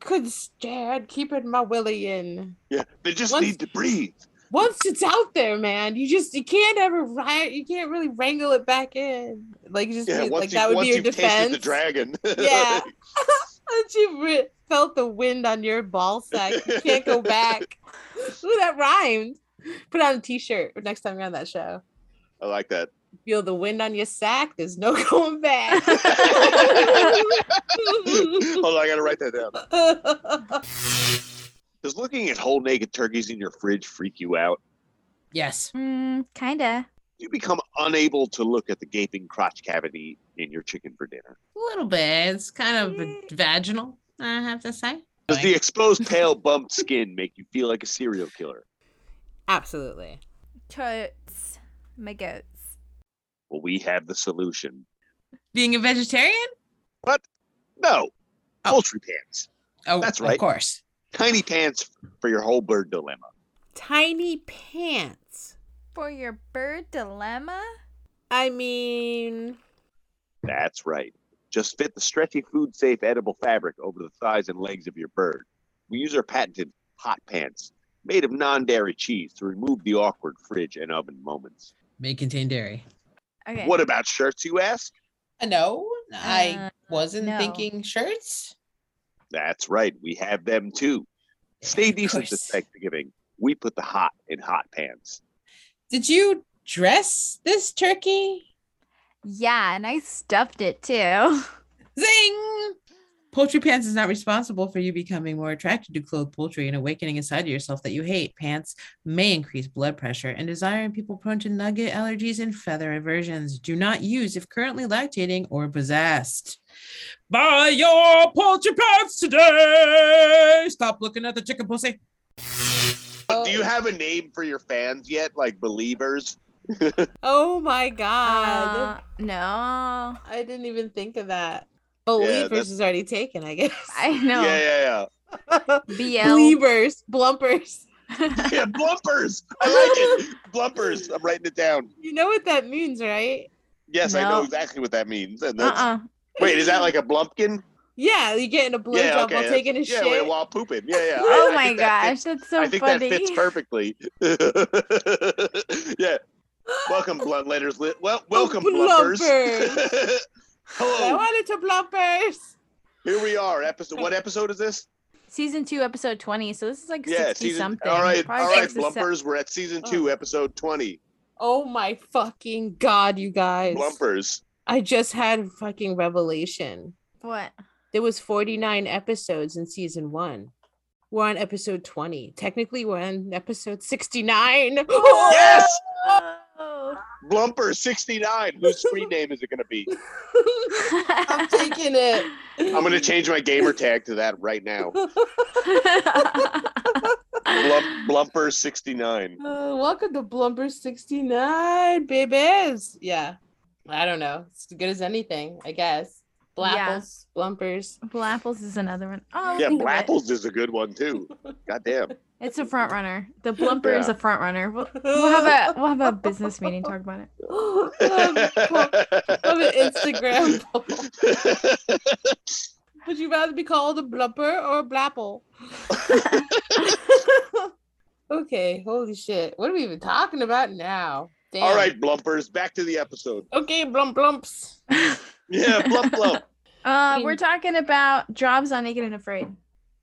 couldn't stand keeping my willy in.
[laughs] Yeah, they just
Once-
need to breathe.
once it's out there, man, you just you can't ever riot. You can't really wrangle it back in. Like you just
Yeah,
be-
once
like
you,
that would
once
be your
you've
defense.
tasted the dragon. [laughs]
Yeah. once you re- felt the wind on your ball sack, you can't
[laughs]
go back. Ooh, that rhymed. Put on a t-shirt next time you're on that show.
I
[laughs]
like that. [laughs]
Feel the wind on your sack. There's no [laughs] going back.
[laughs] Hold on, I gotta write that down. Does looking at whole naked turkeys in your fridge freak you out?
Yes.
[laughs] Mm, kinda.
You become unable to look at the gaping crotch cavity in your chicken for dinner.
A little bit. It's kind of vaginal, I have to say.
Does the exposed tail bumped skin make you feel like a serial killer?
Absolutely.
Totes. My goats.
Well, we have the solution.
Being a vegetarian?
No,
Oh.
poultry pants.
Oh,
That's right.
Of course.
Tiny pants for your whole bird dilemma.
Tiny pants.
For your bird dilemma?
I mean,
That's right. Just fit the stretchy, food safe, edible fabric over the thighs and legs of your bird. We use our patented hot pants made of non dairy cheese to remove the awkward fridge and oven moments.
May contain dairy.
Okay.
What about shirts, you ask?
No,
I Uh,
wasn't
no. thinking
shirts.
That's right. We have them too. Stay decent this
course.
Thanksgiving. We put the hot in hot pants.
Did you dress this turkey?
Yeah, and I stuffed it too.
Zing! Poultry Pants is not responsible for you becoming more attracted to clothed poultry and awakening inside of yourself that you hate. Pants may increase blood pressure and desire in people prone to nugget allergies and feather aversions. Do not use if currently lactating or possessed. Buy your poultry pants today. Stop looking at the chicken pussy.
But
Oh.
do you
Oh.
have a name for your fans yet? Like believers?
Oh my god.
Uh, no,
I didn't even think of that. Believers
that's-
is already taken, I guess. [laughs]
I know.
Yeah,
[laughs]
yeah,
BL.
Believers, blumpers.
yeah. Yeah, blumpers. I like it. Blumpers. I'm writing it down.
You know what that means, right?
Yes, I
No.
know exactly what that means. And that's,
uh-uh.
Wait, is that like
[laughs]
a blumpkin?
Yeah, you getting a blowjob
Yeah, okay,
while taking a
Yeah,
shit.
wait, while pooping. Yeah,
[laughs]
yeah. I-
Oh
I
my
think that
gosh,
fits-
that's so
I think
funny.
that fits perfectly. [laughs] yeah. Welcome, blunt letters. Lit. Well,
Oh,
welcome, blumpers.
blumpers. [laughs] I
Hello.
wanted to blumpers.
[laughs] Here we are. Episode. What episode is this?
Season two, episode twenty. So this is like
Yeah,
sixty
season.
something.
All right,
Probably
all right,
six to se-
blumpers. We're at season two, episode twenty.
Oh my fucking god, you guys.
Blumpers.
I just had fucking revelation.
What?
There was 49 episodes in season 1. We're on episode 20. Technically, we're on episode 69. [laughs]
Yes,
Oh.
blumper sixty nine. Whose screen name is it going to be?
I'm taking it.
I'm
[laughs]
going to change my gamer tag to that right now. Blump, blumper sixty nine.
Uh, welcome to Blumber 69, babies. Yeah. I don't know. It's as good as anything, I guess.
Yeah.
Blapples, Blumpers.
Blapples is another one. Oh,
Yeah,
think of it.
Blapples is a good one too. Goddamn.
It's a front runner. The blumper is
Yeah.
a front runner. We'll, [laughs] we'll
[laughs]
have a we'll have a business meeting talk about it.
[laughs] Love it. Love an
[laughs]
Instagram poll. Would you rather be called a blumper or a blapple? [laughs] okay, holy shit. What are we even talking about now? Damn.
All right, blumpers, back to the episode.
Okay, blump blumps.
Yeah,
[laughs]
blump blump.
Uh,
mean-
we're talking about jobs on Naked and Afraid.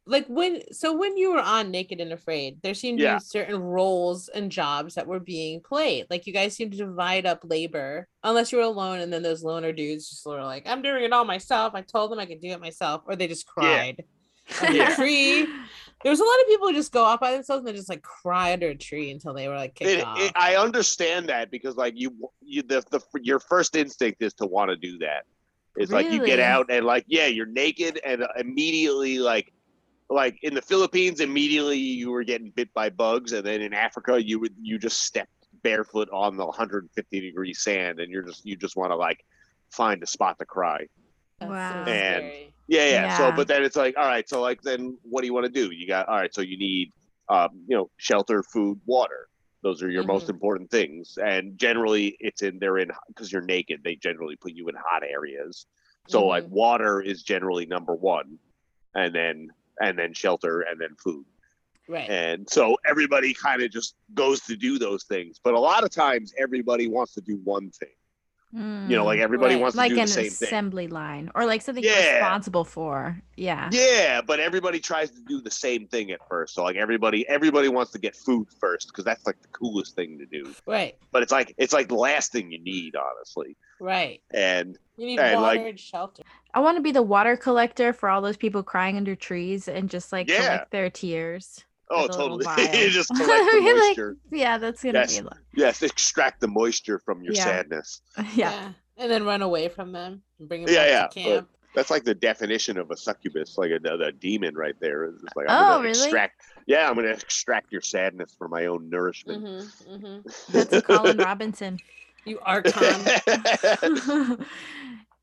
Like when so when you were on Naked and Afraid, there seemed
Yeah.
to be certain roles and jobs that were being played. Like you guys seemed to divide up labor unless you were alone and then those loner dudes just were like, I'm doing it all myself. I told them I could do it myself, or they just
[laughs]
cried. Under a
[laughs]
[laughs] Yeah.
tree. There was a lot of people who just go off by themselves and they just like cry under a tree until they were like kicked
It,
off.
it, I understand that because like you, you the, the your first instinct is to want to do that. It's like you get
Really?
out and like yeah, you're naked and immediately like like in the Philippines, immediately you were getting bit by bugs, and then in Africa, you would you just stepped barefoot on the 150 degree sand, and you're just you just want to like find a spot to cry.
That's
Wow.
And-
scary.
Yeah, yeah, So,
Yeah.
but then it's like, all right, so like, then what do you want to do? You got all right. So you need, um, you know, shelter, food, water. Those are your
Mm-hmm.
most
Mhm.
important things. And generally, it's in they're in because you're naked. They generally put you in hot areas. So like,
Mhm.
Mm-hmm.
water is generally number one, and then and then shelter, and then food.
right.
And so everybody kind of just goes to do those things. But a lot of times, everybody wants to do one thing. You know, like everybody
Right.
wants to
Hmm. Mm-hmm. like
do the
an
same thing.
assembly line or like something
Yeah.
you're responsible for. Yeah.
Yeah, but everybody tries to do the same thing at first. So like everybody everybody wants to get food first because that's like the coolest thing to do.
Right.
But it's like it's like the last thing you need, honestly.
Right.
And
You need
And,
water
like-
and shelter.
I want to be the water collector for all those people crying under trees and just like
Yeah.
collect their tears.
oh,
Like a little
totally, [laughs]
vial. [laughs]
you just collect the
Like-
moisture.
Yeah, that's gonna
Yes. [laughs]
be. Like,
yes, extract the moisture from your
Yeah.
sadness.
[laughs] yeah.
And then run away from them and bring them
Yeah,
back
yeah,
to camp.
That's like the definition of a succubus, like a, a demon right there. It's just like
Oh,
I'm gonna
really?
extract. Yeah, I'm gonna extract your sadness for my own nourishment.
hmm hmm
That's a Colin
[laughs]
Robinson. [laughs]
You are calm.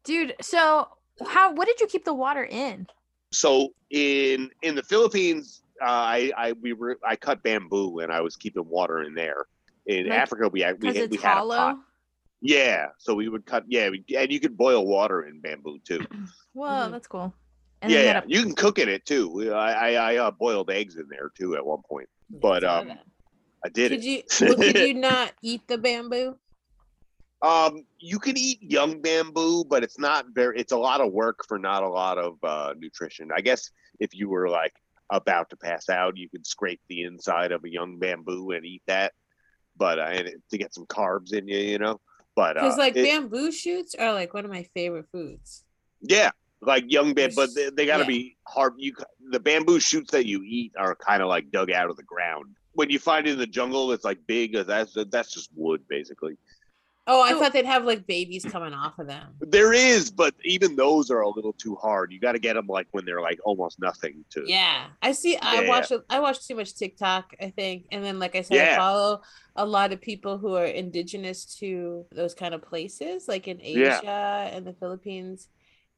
Dude, so how? What did you keep the water in?
so in in the Philippines, uh, I I we were I cut bamboo and I was keeping water in there. In
Like,
Africa, we had we,
Because
had,
it's
we had a pot.
hollow.
Yeah, so we would cut. Yeah, we, and you could boil water in bamboo
[clears throat]
too.
Whoa,
Mhm.
that's cool.
Mm-hmm.
then
yeah, you,
you had a-
you can cook in it too. We- I I, I uh, boiled eggs in there too at one point. [laughs] But,
Saw
um,
that.
I did
could
it.
you well, could
[laughs]
you not eat the bamboo?
Um, you can eat young bamboo, but it's not very. It's a lot of work for not a lot of uh, nutrition. I guess if you were like about to pass out, you could scrape the inside of a young bamboo and eat that, but uh, and it, to get some carbs in you, you know. But uh,
Because like
it-
bamboo shoots are like one of my favorite foods.
yeah, like young
There's-
bit, but they, they got to
yeah.
be hard. You c- the bamboo shoots that you eat are kind of like dug out of the ground. When you find it in the jungle, it's like big. uh, That's that's just wood, basically.
Oh, I
So-
thought they'd have like babies coming off of them.
There is, but even those are a little too hard. You got to get them like when they're like almost nothing to.
Yeah, I see.
Yeah,
I
yeah.
watch. a- I watch too much TikTok. I think, and then like I said, I
Yeah.
follow a lot of people who are indigenous to those kind of places, like in
Yeah.
Asia and the Philippines,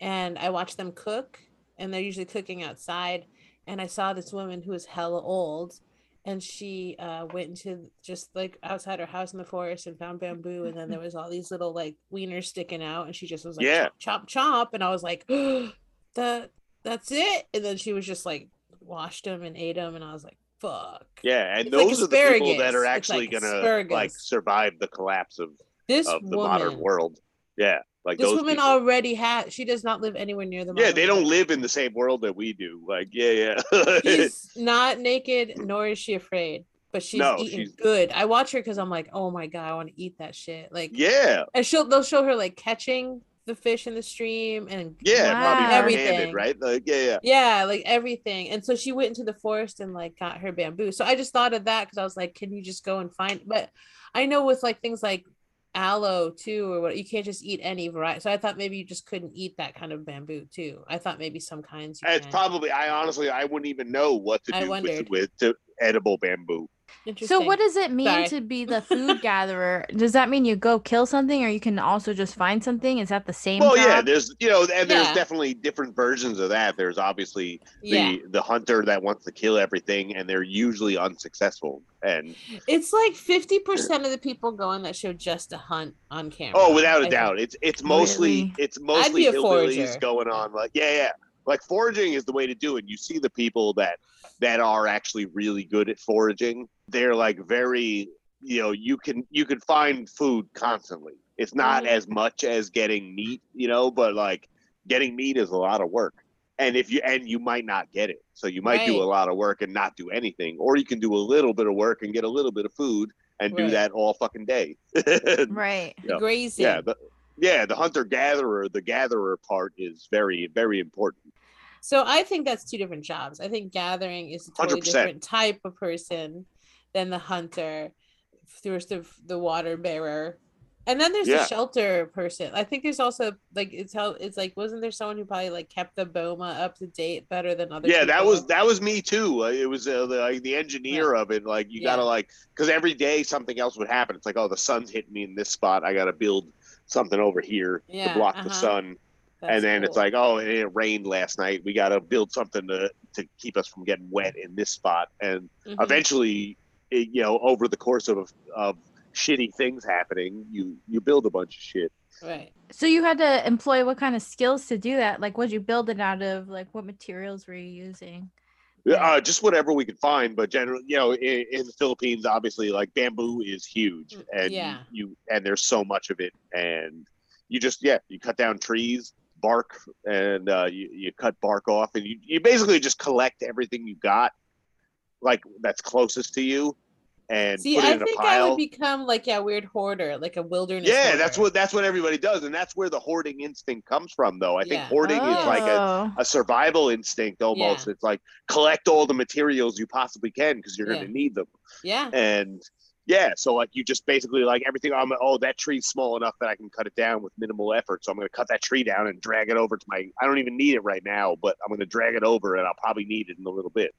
and I watch them cook, and they're usually cooking outside. And I saw this woman who was hella old, and she uh, went into just like outside her house in the forest and found bamboo, and then there was all these little like wieners sticking out, and she just was like
Yeah.
chop chop chop, and I was like, [gasps] that that's it, and then she was just like washed them and ate them, and I was like, "Fuck."
Yeah, and
It's like
those are the people that
asparagus.
are
It's
actually
like
gonna
asparagus.
like survive the collapse of,
This
of the
woman,
modern world. Yeah, like
this
those
woman
people.
already has. She does not live anywhere near the.
yeah,
modern
they don't
world.
live in the same world that we do. Like, yeah, [laughs] yeah.
She's not naked, nor is she afraid. But she's
No,
eating
she's-
good. I watch her because I'm like, oh my god, I want to eat that shit. Like,
yeah,
and she'll they'll show her like catching the fish in the stream and
yeah,
Wow.
probably handed,
Everything.
right? Like, yeah, yeah.
Yeah, like everything. And so she went into the forest and like got her bamboo. So I just thought of that because I was like, can you just go and find? But I know with like things like aloe too, or what you can't just eat any variety. So I thought maybe you just couldn't eat that kind of bamboo too. I thought maybe some kinds. You
It's
can.
probably. I honestly, I wouldn't even know what to
I
do with,
wondered.
with to edible bamboo.
So
Interesting.
what does it mean
Sorry.
to be the food
[laughs]
gatherer? Does that mean you go kill something or you can also just find something? Is that the same
Well, yeah,
job?
there's you know, and there's
Yeah.
definitely different versions of that. There's obviously the
yeah,
the hunter that wants to kill everything, and they're usually unsuccessful. And
it's like fifty percent of the people go on that show just to hunt on camera.
Oh, without
I
a
think.
doubt. It's it's mostly
Really?
it's mostly
be a
hillbillies
forager.
going on. Like yeah, yeah. Like foraging is the way to do it. You see the people that that are actually really good at foraging. They're like very you know you can you can find food constantly. It's not
Mhm.
as much as getting meat, you know, but like getting meat is a lot of work. And if you and you might not get it, so you might do
Right.
a lot of work and not do anything, or you can do a little bit of work and get a little bit of food and do
Right.
that all fucking day. [laughs]
Right.
Yeah.
Grazing.
yeah the, yeah the hunter gatherer the gatherer part is very very important
So I think that's two different jobs. I think gathering is a totally
100%.
different type of person than the hunter, there's the the water bearer, and then there's
Yeah.
the shelter person. I think there's also like it's how it's like wasn't there someone who probably like kept the boma up to date better than other?
yeah that was
people?
that was me too Uh, it was uh, the, like the engineer of it like you gotta
Yeah.
like because every day something else would happen it's like oh the sun's hitting me in this spot i gotta build something over here to
Yeah,
block
uh-huh.
the sun
That's
and then it's
cool.
like oh it rained last night we gotta build something to, to keep us from getting wet in this spot and
Mhm.
eventually it, you know over the course of, of shitty things happening you you build a bunch of shit
right.
So you had to employ what kind of skills to do that? Like what'd you build it out of? Like what materials were you using?
Yeah,
Yeah.
Uh, just whatever we could find, but generally, you know, in, in the Philippines, obviously, like bamboo is huge,
Mm,
and
yeah.
you and there's so much of it, and you just yeah, you cut down trees, bark, and uh, you you cut bark off, and you you basically just collect everything you got, like that's closest to you, and
See,
put it
I
in a
think I
pile.
would become like yeah, weird hoarder, like a wilderness.
yeah, that's
hoarder.
what that's what everybody does, and that's where the hoarding instinct comes from, though. I think
Yeah.
hoarding is like a
Oh.
a survival instinct almost. It's like collect all the materials you possibly can because you're
Yeah.
going to need them.
Yeah.
And yeah, so like you just basically like everything. I'm oh that tree's small enough that I can cut it down with minimal effort. So I'm going to cut that tree down and drag it over to my. I don't even need it right now, but I'm going to drag it over and I'll probably need it in a little bit.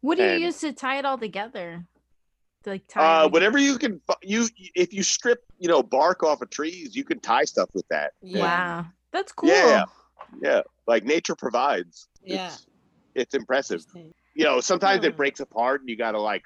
What do you
and-
use to tie it all together? To, Like tie
Uh,
everything-
whatever you can fi- you if you strip you know bark off of trees, you can tie stuff with that.
Yeah.
Wow. That's cool.
Yeah. Yeah, like nature provides.
Yeah.
It's, it's impressive.
Interesting.
You know, sometimes
Hmm.
it breaks apart and you got to like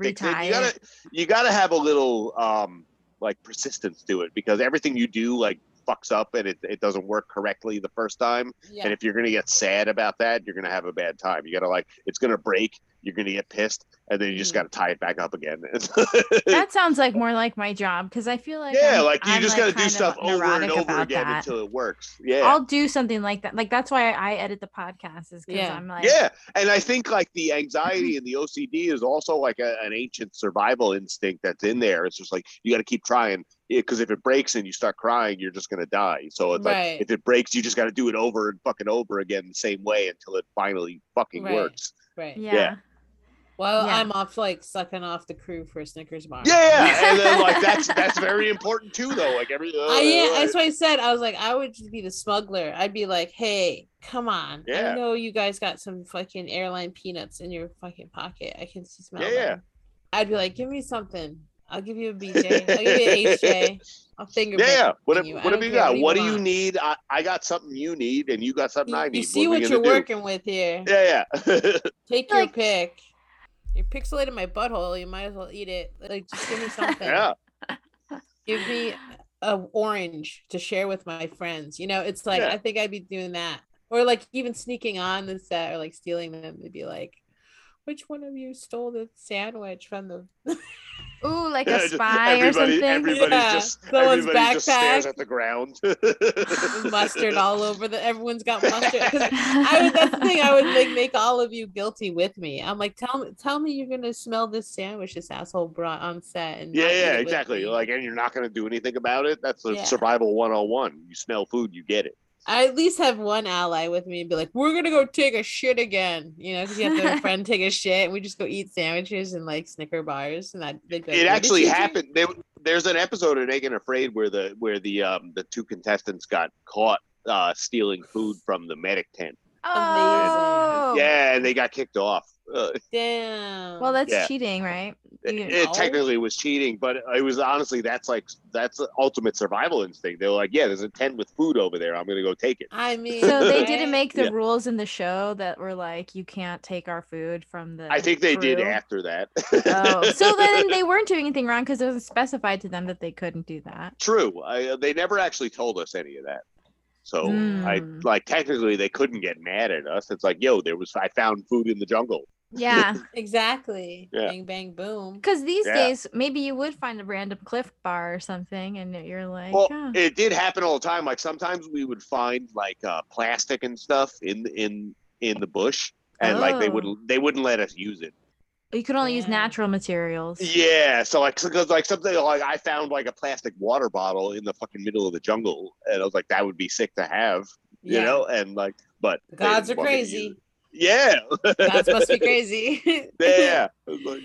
fix it.
Retire.
You gotta you gotta have a little um like persistence to it because everything you do like fucks up and it, it doesn't work correctly the first time.
Yeah.
And if you're gonna get sad about that, you're gonna have a bad time. You gotta like it's gonna break, you're gonna get pissed, and then you just
Mhm.
gotta tie it back up again. [laughs]
that sounds Mm. like more like my job because I feel like
yeah,
I'm-
like you
I'm,
just
like,
gotta do
kind of
stuff over and
neurotic
over
about
again
that.
until it works. Yeah.
I'll do something like that. Like that's why I edit the podcast is because
Yeah.
I'm like,
yeah and i think like the anxiety and the ocd is also like a, an ancient survival instinct that's in there it's just like you got to keep trying because if it breaks and you start crying, you're just gonna die. So it's
Right.
like if it breaks, you just got to do it over and fucking over again the same way until it finally fucking
Right.
works.
Right.
Yeah.
Yeah.
Well,
Yeah.
I'm off like sucking off the crew for a Snickers bar.
Yeah, and then like that's that's very important too, though. Like every
I, yeah, that's what I said. I was like, I would just be the smuggler. I'd be like, hey, come on. I
Yeah.
know you guys got some fucking airline peanuts in your fucking pocket. I can see smell.
Yeah,
them."
yeah.
I'd be like, give me something. I'll give you a BJ. I'll give you
[laughs]
an HJ. I'll finger
yeah, yeah. What,
you. I
whatever
don't
you
care
got,
what
what,
you
do you
want.
need? I, I got something you need, and you got something
You,
I
you
need.
see
are
what,
we
you're
gonna do?
working with here.
Yeah, yeah. [laughs]
Take
Like-
your pick. You're pixelating my butthole. You might as well eat it. Like, just
[laughs]
give me something.
yeah.
give me a orange to share with my friends. You know, it's like
Yeah.
I think I'd be doing that, or like even sneaking on the set or like stealing them. They'd be like, "Which one of you stole the sandwich from
[laughs]
the?"
Ooh, like a
Yeah, [laughs] just-
spy or
everybody,
something.
Everybody
Yeah,
just
someone's
everybody just stares
backpack.
at the ground. [laughs]
mustard all over the everyone's got mustard 'Cause I would that's the thing I would like
[laughs]
make all of you guilty with me. I'm like tell me tell me you're gonna smell this sandwich this asshole brought on set and not
Yeah,
eat
yeah,
it with
exactly.
me.
Like, and you're not going to do anything about it. That's the
Yeah.
survival 101. You smell food, you get it.
I at least have one ally with me and be like, we're gonna go take a shit again, you know, because you have to have a friend
[laughs]
take a shit and we just go eat sandwiches and like Snicker bars and that. they'd be like,
it
"What did
actually
you do?"
happened. There, there's an episode of Naked and Afraid where the where the um the two contestants got caught uh stealing food from the medic tent.
oh.
Yeah, and they got kicked off. Uh,
Damn.
Well, that's
Yeah.
cheating, right? You- [laughs]
it technically was cheating, but it was honestly that's like that's the ultimate survival instinct. They're like, yeah, there's a tent with food over there. I'm gonna go take it.
I mean,
so they
right?
didn't make the
Yeah.
rules in the show that were like you can't take our food from the.
I think they did
crew?
after that. [laughs]
Oh, so then they weren't doing anything wrong because it was specified to them that they couldn't do that.
True. I, uh, they never actually told us any of that. So I
Mm.
like technically they couldn't get mad at us. It's like, yo, there was I found food in the jungle. [laughs]
Yeah,
exactly.
Yeah.
Bang bang boom.
because these
Yeah.
days maybe you would find a random Cliff Bar or something, and you're like,
Well,
"Huh."
it did happen all the time. Like sometimes we would find like uh, plastic and stuff in in in the bush, and like they would
Oh.
they wouldn't let us use it.
you could only use
Yeah.
natural materials.
Yeah, so like because like something like I found like a plastic water bottle in the fucking middle of the jungle, and I was like, that would be sick to have, you
Yeah.
know. And like, but they
Gods are
didn't want me to use
crazy.
it. Yeah, [laughs]
Gods must be crazy.
yeah.
[laughs]
[laughs]
I was like,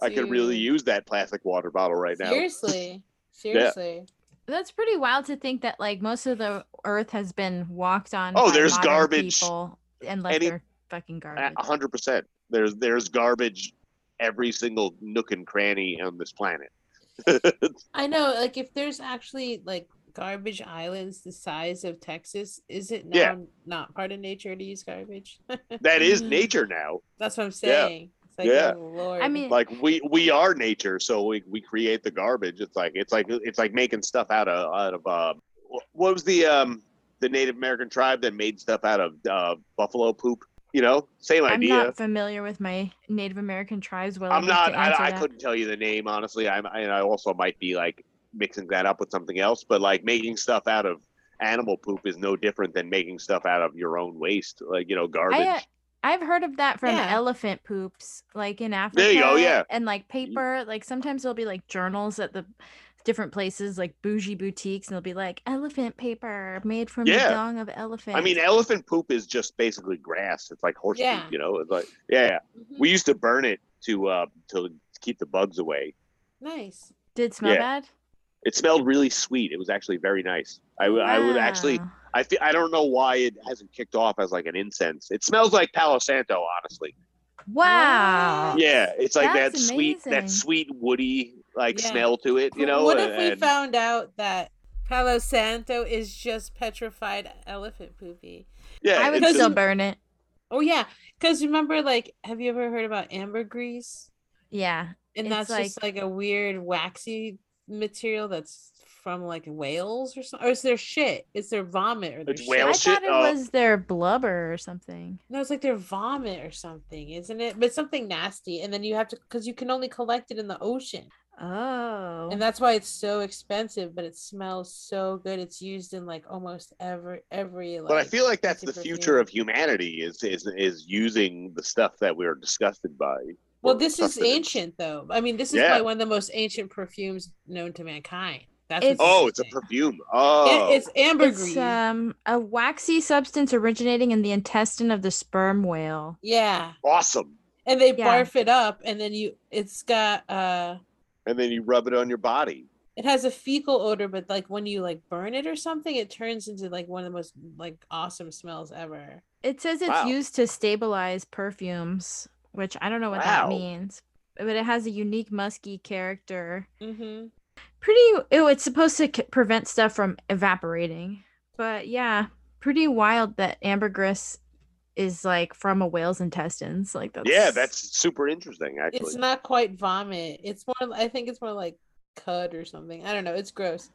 I could really
Dude.
use that plastic water bottle right now.
Seriously. Seriously.
That's pretty wild to think that like most of the Earth has been walked on.
Oh,
by
there's
modern
garbage.
people, and like
Any-
they're fucking garbage.
A hundred percent. There's there's garbage every single nook and cranny on this planet.
I know, like if there's actually like garbage islands the size of Texas, is it now
Yeah.
not part of nature to use garbage? [laughs]
[laughs]
That is
Mhm.
nature now.
That's what I'm
Yeah.
saying. It's like,
Yeah.
oh, Lord.
I mean,
Like we we are nature, so we, we create the garbage. It's like it's like it's like making stuff out of out of uh, wh- what was the um the Native American tribe that made stuff out of uh, buffalo poop? You know, same
I'm
idea.
not familiar with my Native American tribes well
I'm
enough
not.
to
I,
answer
I
that.
couldn't tell you the name honestly. I'm, I, and I also might be like mixing that up with something else. But like making stuff out of animal poop is no different than making stuff out of your own waste, like you know, garbage.
I, uh, I've heard of that from
Yeah.
elephant poops, like in Africa.
There you go, yeah.
And like paper, like sometimes there'll be like journals at the different places, like bougie boutiques, and they'll be like elephant paper made from
Yeah.
the dung of elephants.
I mean, eh, elephant poop is just basically grass. It's like horse
Yeah.
poop, you know. It's like yeah, yeah.
Mhm.
we used to burn it to uh to keep the bugs away.
nice.
did smell
yeah.
bad.
It smelled really sweet. It was actually very nice. I, w- I would actually.
Wow.
I fe- I don't know why it hasn't kicked off as like an incense. It smells like Palo Santo, honestly.
Wow.
Wow.
Yeah, it's like that
That's
sweet,
amazing.
that sweet woody like
Yeah.
smell to it.
But
You know,
what if we
and-
found out that Palo Santo is just petrified elephant poopy?
yeah,
I would
it's
Because-
still
just-
burn it.
Oh yeah, because remember, like, have you ever heard about ambergris?
Yeah.
And that's
It's
just like a weird waxy material that's from like whales or something. Or it's their shit. It's their vomit or their
It's
shit.
whale
I
shit?
thought it
Oh.
was their blubber or something.
No, it's like their vomit or something, isn't it? But something nasty, and then you have to because you can only collect it in the ocean.
Oh.
and that's why it's so expensive but it smells so good it's used in like almost every every like
but I feel like that's the
fancy
future
perfume.
of humanity is is is using the stuff that we are disgusted by.
well
for
this is
sustenance.
ancient though i mean this is
Yeah.
probably one of the most ancient perfumes known to mankind That's
It's-
what
Oh, it's a
saying.
perfume.
It-
Oh,
it's ambergris.
It's um, a waxy substance originating in the intestine of the sperm whale.
yeah,
awesome.
and they
Yeah.
barf it up, and then you. It's got uh,
And then you rub it on your body.
it has a fecal odor, but like when you like burn it or something, it turns into like one of the most like awesome smells ever.
It says it's
Wow.
used to stabilize perfumes, which I don't know what that
Wow.
means, but it has a unique musky character.
hmm
Pretty, ew, it's supposed to c- prevent stuff from evaporating. But yeah, pretty wild that ambergris is like from a whale's intestines. Like that's
Yeah, that's super interesting. Actually,
It's not quite vomit. It's more. I think it's more like cud or something. I don't know. It's gross.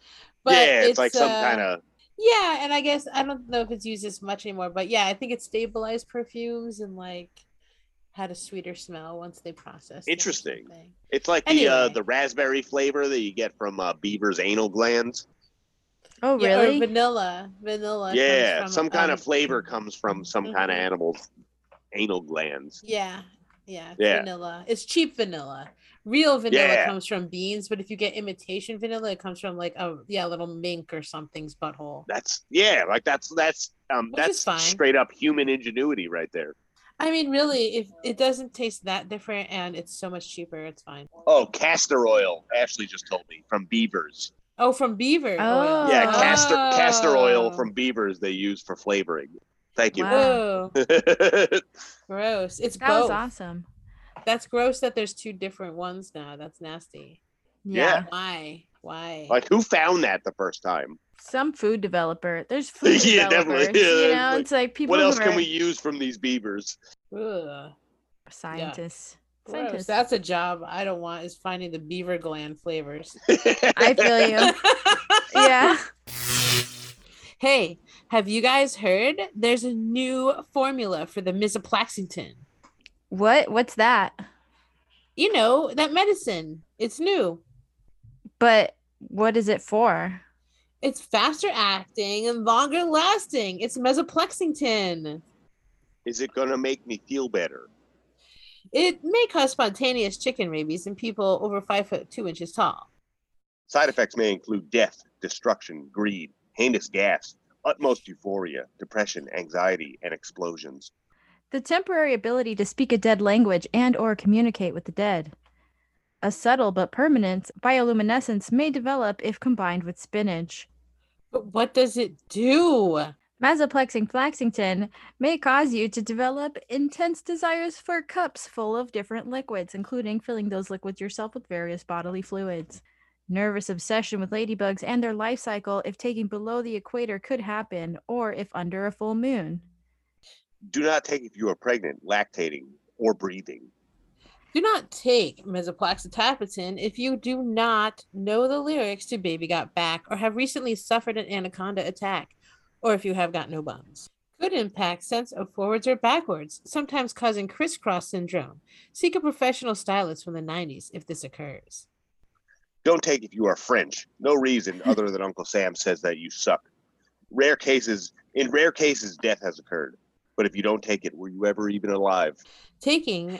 But
yeah, it's, like some
uh,
kind of
Yeah, and I guess I don't know if it's used as much anymore, but yeah, I think it stabilized perfumes and like had a sweeter smell once they processed. it or
Interesting.
something.
It's like the uh,
Anyway.
the raspberry flavor that you get from uh, beaver's anal glands.
oh
Yeah,
really?
or vanilla. Vanilla. comes
yeah,
from,
some kind
um,
of flavor comes from some kind of
Mhm.
animal's anal glands.
Yeah, yeah, it's
Yeah.
vanilla. It's cheap vanilla. Real vanilla
Yeah.
comes from beans, but if you get imitation vanilla, it comes from like a yeah, a little mink or something's butthole.
That's yeah, like that's that's um
Which is
that's
fine.
straight up human ingenuity right there.
I mean, really, if it doesn't taste that different and it's so much cheaper, it's fine.
Oh, castor oil. Ashley just told me from beavers.
Oh, from beaver. oil.
Yeah, castor castor oil
Oh.
from beavers they use for flavoring. Thank you.
Wow.
Whoa, gross. It's
that
both.
was awesome.
That's gross that there's two different ones now. That's nasty.
Yeah.
Yeah.
Why? Why?
[laughs] like who found that the first time?
some food developer.
[laughs]
There's food
Yeah,
developers.
definitely. Yeah,
you
it's
know,
[laughs] like,
it's like people
what else
who
can
are
we use from these beavers?
Ugh,
scientists.
gross.
Scientists.
That's a job I don't want is finding the beaver gland flavors.
I feel
[laughs]
you. yeah.
hey, have you guys heard? There's a new formula for the misoplaxington.
What? What's that?
You know, that medicine. It's new.
But what is it for?
It's faster acting and longer lasting. It's mesoplexington.
[laughs] Is it gonna make me feel better?
It may cause spontaneous chicken rabies in people over five foot two inches tall.
Side effects may include death, destruction, greed, heinous gas, utmost euphoria, depression, anxiety, and explosions.
The temporary ability to speak a dead language and or communicate with the dead. A subtle but permanent bioluminescence may develop if combined with spinach.
But what does it do?
Masoplexing Flaxington may cause you to develop intense desires for cups full of different liquids, including filling those liquids yourself with various bodily fluids. Nervous obsession with ladybugs and their life cycle if taking below the equator could happen, or if under a full moon.
Do not take if you are pregnant, lactating, or breathing.
Do not take mesoplaxitapitin if you do not know the lyrics to Baby Got Back or have recently suffered an anaconda attack, or if you have got no bums. Could impact sense of forwards or backwards, sometimes causing crisscross syndrome. Seek a professional stylist from the 90s if this occurs.
Don't take if you are French. No reason other than Uncle Sam says that you suck. Rare cases, in rare cases, death has occurred. But if you don't take it, were you ever even alive?
Taking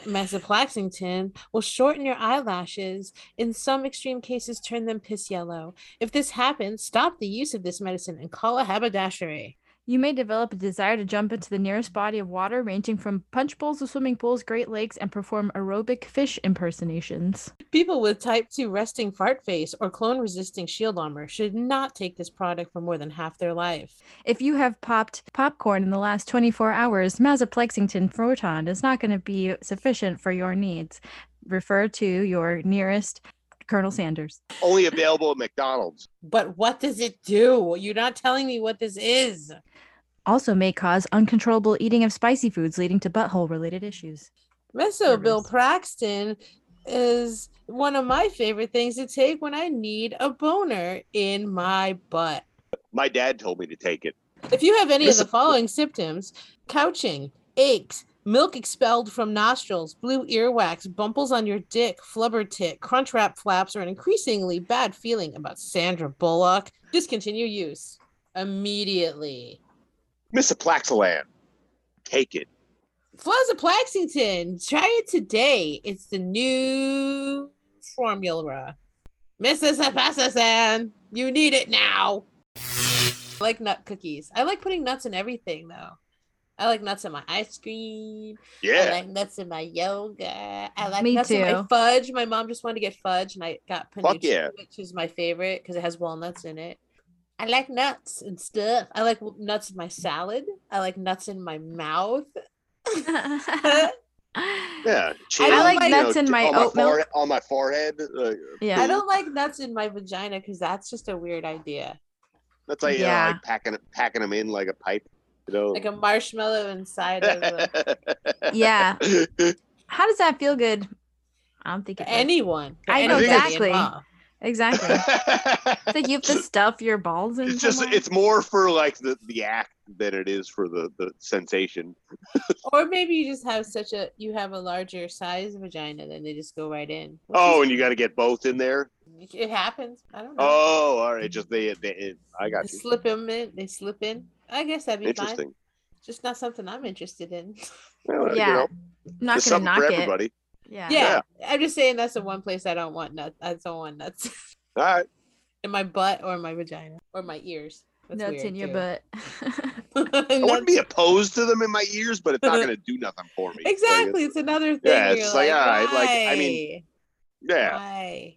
mesoplaxington will shorten your eyelashes, in some extreme cases, turn them piss yellow. If this happens, stop the use of this medicine and call a haberdashery.
You may develop a desire to jump into the nearest body of water, ranging from punch bowls to swimming pools, great lakes, and perform aerobic fish impersonations.
People with type 2 resting fart face or clone resisting shield armor should not take this product for more than half their life.
If you have popped popcorn in the last 24 hours, masoplexington proton is not going to be sufficient for your needs. Refer to your nearest Colonel Sanders.
Only available at McDonald's.
But what does it do? You're not telling me what this is.
Also may cause uncontrollable eating of spicy foods leading to butthole related
[laughs]
issues.
Meso Bill
Nervous.
Praxton is one of my favorite things to take when I need a boner in my butt.
My dad told me to take it.
If you have any of the
Listen-
following symptoms couching, aches, milk expelled from nostrils, blue earwax, bumples on your dick, flubber tit, crunch wrap flaps, or an increasingly bad feeling about Sandra Bullock, discontinue use immediately.
Misoplaxolan. Take it.
Flazaplaxington, try it today. It's the new formula. Mrs. Apasasan. You need it now. I like nut cookies. I like putting nuts in everything though. I like nuts in my ice cream. I
Yeah.
like nuts in my yoga. I like
Me
nuts in my
too.
fudge. My mom just wanted to get fudge, and I got panucci,
yeah.
which is my favorite because it has walnuts in it. I like nuts and stuff. I like w- nuts in my salad. I like nuts in my mouth.
yeah.
Yeah.
I like
you
nuts in my
on
oat milk.
forehead- On my forehead. uh,
I don't like nuts in my vagina because that's just a weird idea.
that's like,
Yeah.
yeah. like packing, packing them in like a pipe, you know?
Like a
[laughs]
marshmallow inside of a-
[laughs]
Yeah. How does that feel good? I don't think it does.
anyone. for
I know
anybody
exactly.
involved.
exactly. It's like you have
[laughs]
to stuff your balls in.
it's just,
somewhere.
it's more for like the, the act than it is for the, the sensation.
Or maybe you just have such a you have a larger size vagina, then they just go right in. Which
Oh,
is-
and you got to get both in there?
it happens. I don't know.
Oh, all right. Just they, they I got
They
you.
slip them in. They slip in. I guess that'd be fine.
Interesting.
Just not something I'm interested in.
Well, you
Yeah.
know,
not
there's
gonna
something
knock
for
it.
everybody.
Yeah.
[laughs] Yeah. I'm just saying that's the one place I don't want nuts. I don't want nuts [laughs]
All right.
in my butt or my vagina or my ears. That's
Nuts
weird,
in your
too. [laughs]
butt. [laughs]
I wouldn't be opposed to them in my ears, but it's not going to do nothing
[laughs]
for me. Like, it's-
exactly. It's another thing.
Yeah,
where
it's
you're
like, all right, like, I mean,
why?
yeah. [laughs]
Why?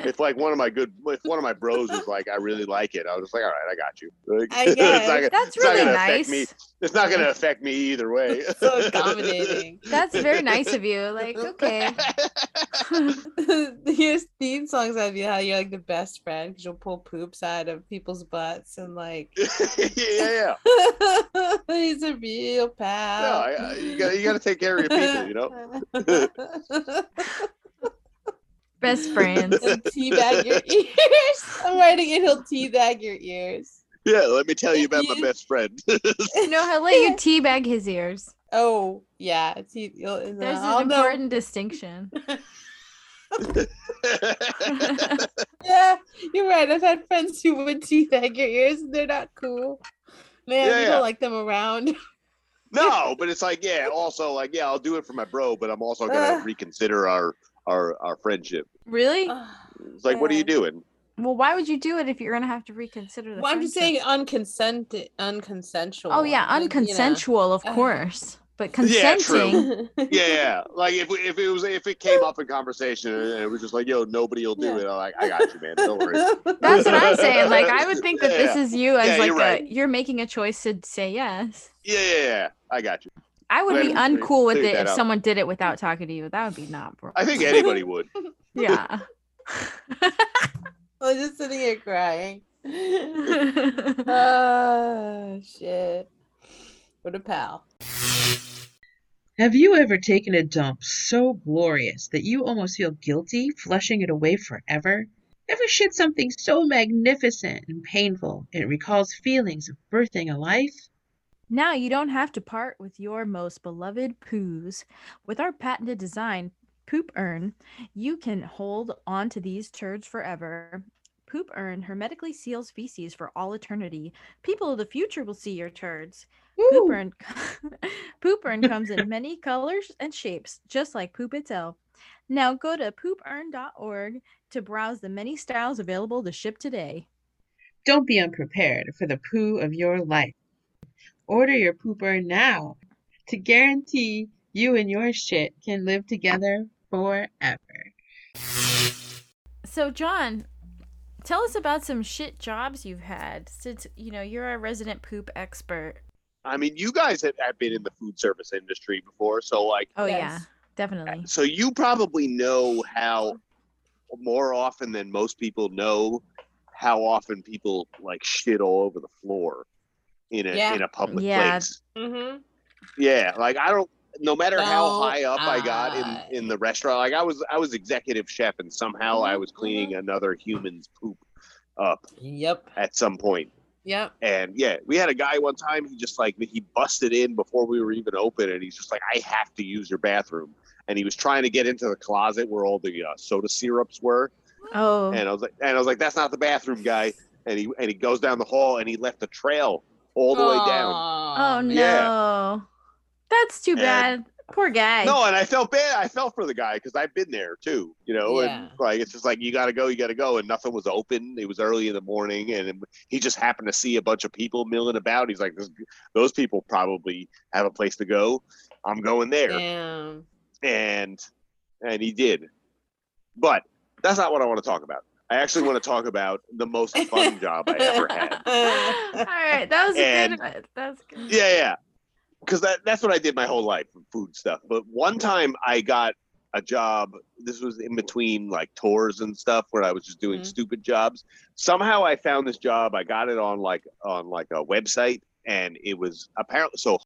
If like one of my good, if one of my bros is like, I really like it, I was just like, all right, I got you. Like,
I
[laughs] it's not
guess.
gonna-
That's
it's not
really
gonna affect
nice.
me. It's not going to affect me either way.
[laughs] so
[laughs]
dominating. [laughs]
That's very nice of you. Like, okay.
Your theme songs I'd be how you're like the best friend because you'll pull poops out of people's butts and like
yeah, yeah.
[laughs] he's a real
No,
pal.
I, I- you got you
[laughs]
got to take care of your people, you know.
Best friends.
and teabag your [laughs] ears. I'm writing it. He'll teabag your ears.
Yeah, let me tell you about my
You-
best friend. [laughs]
No, he'll let you teabag his ears.
Oh yeah, it's he, you'll, and
There's
I'll
an
know- [laughs]
important distinction.
Yeah, you're right. I've had friends who would teabag your ears. and They're not cool. Man,
Yeah,
you
yeah.
don't like them
[sighs]
around. [laughs]
no, but it's like, yeah, also like, yeah, I'll do it for my bro, but I'm also gonna
Uh.
reconsider our our our friendship.
Really?
It's like, what are you doing?
Well, why would you do it if you're gonna have to reconsider the
Well, I'm just
friendship?
saying unconsent, unconsensual.
Oh yeah,
like, you know.
unconsensual, of
Uh,
course. But
[laughs] Yeah, true.
consenting.
Yeah, yeah. Like if if it was if it came up in conversation and it was just like, yo, nobody will do
Yeah.
it. I'm like, I got you, man.
[laughs]
Don't worry.
That's what I'm saying. Like I would think that
Yeah.
this is you as
Yeah,
like
you're
a,
right.
you're making a choice to say yes.
Yeah, yeah, yeah. I got you.
I would be
Glad we
uncool with
cleared
it
that
if
up.
someone did it without talking to you. That would be not. bro-
I think anybody would. [laughs]
Yeah. [laughs]
I'm just sitting here
[laughs]
crying. Uh,
That's
oh shit! What a pal.
Have you ever taken a dump so glorious that you almost feel guilty flushing it away forever? Ever shit something so magnificent and painful it recalls feelings of birthing a life?
Now you don't have to part with your most beloved poos. With our patented design, Poop Urn, you can hold on to these turds forever. Poop Urn hermetically seals feces for all eternity. People of the future will see your turds. Poop
Woo!
Urn, [laughs] poop urn comes in many colors and shapes, just like poop itself. Now go to poopurn.org to browse the many styles available to ship today.
Don't be unprepared for the poo of your life. Order your pooper now to guarantee you and your shit can live together forever.
So, John, tell us about some shit jobs you've had since you know you're a resident poop expert.
I mean, you guys have, have been in the food service industry before, so like,
Oh yeah,
Yes.
definitely.
so you probably know how more often than most people know how often people like shit all over the floor in a
Yeah.
in a public
Yeah.
place.
Mm-hmm.
Yeah, like I don't. No matter how
No,
high up I got
I-
in in the restaurant, like I was I was executive chef, and somehow I was cleaning another human's poop up
Yep.
at some point.
Yep.
And yeah, we had a guy one time. He just like he busted in before we were even open, and he's just like, "I have to use your bathroom." And he was trying to get into the closet where all the uh, soda syrups were.
Oh,
And um, I was like, "And I was like, that's not the bathroom, guy." And he and he goes down the hall, and he left a trail all the way down.
oh no,
Aw.
yeah.
that's too
And-
bad. Poor guy.
No, and I felt bad. I felt for the guy because I've been there too, you know.
Yeah.
And like, it's just like you got to go, you got to go, and nothing was open. It was early in the morning, and it- he just happened to see a bunch of people milling about. He's like, "This- "Those people probably have a place to go. I'm going
Oh,
there,"
Damn.
and and he did. But that's not what I want to talk about. I actually want to talk about the most fun job I ever had.
[laughs] All right, that was a
uh, [laughs]
good.
And-
one. That's
[laughs]
good.
Yeah, yeah. Because that, that's what I did my whole life, food stuff. But one time I got a job. This was in between like tours and stuff where I was just doing
Mhm.
stupid jobs. Somehow I found this job. I got it on like on like a website, and it was apparently so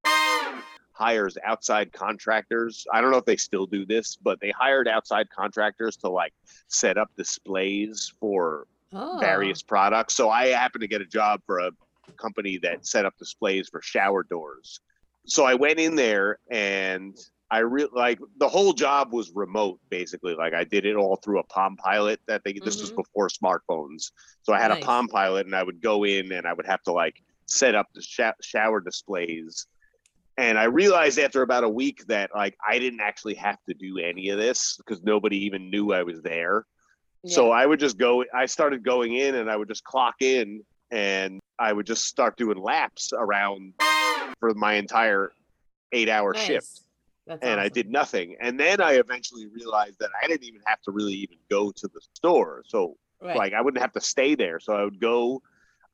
hires outside contractors. I don't know if they still do this, but they hired outside contractors to like set up displays for
[laughs] Oh.
various products. So I happened to get a job for a company that set up displays for shower doors. So I went in there and I re- like the whole job was remote basically. Like I did it all through a Palm Pilot that they this was
Mhm.
before smartphones. So I had
Nice.
a Palm Pilot and I would go in and I would have to like set up the sho- shower displays. And I realized after about a week that like I didn't actually have to do any of this because nobody even knew I was there.
Yeah.
So I would just go, I started going in and I would just clock in and I would just start doing laps around for my entire eight hour
Nice.
shift.
That's
And I
awesome.
did nothing. And then I eventually realized that I didn't even have to really even go to the store. So
Right. [laughs]
like I wouldn't have to stay there. So I would go,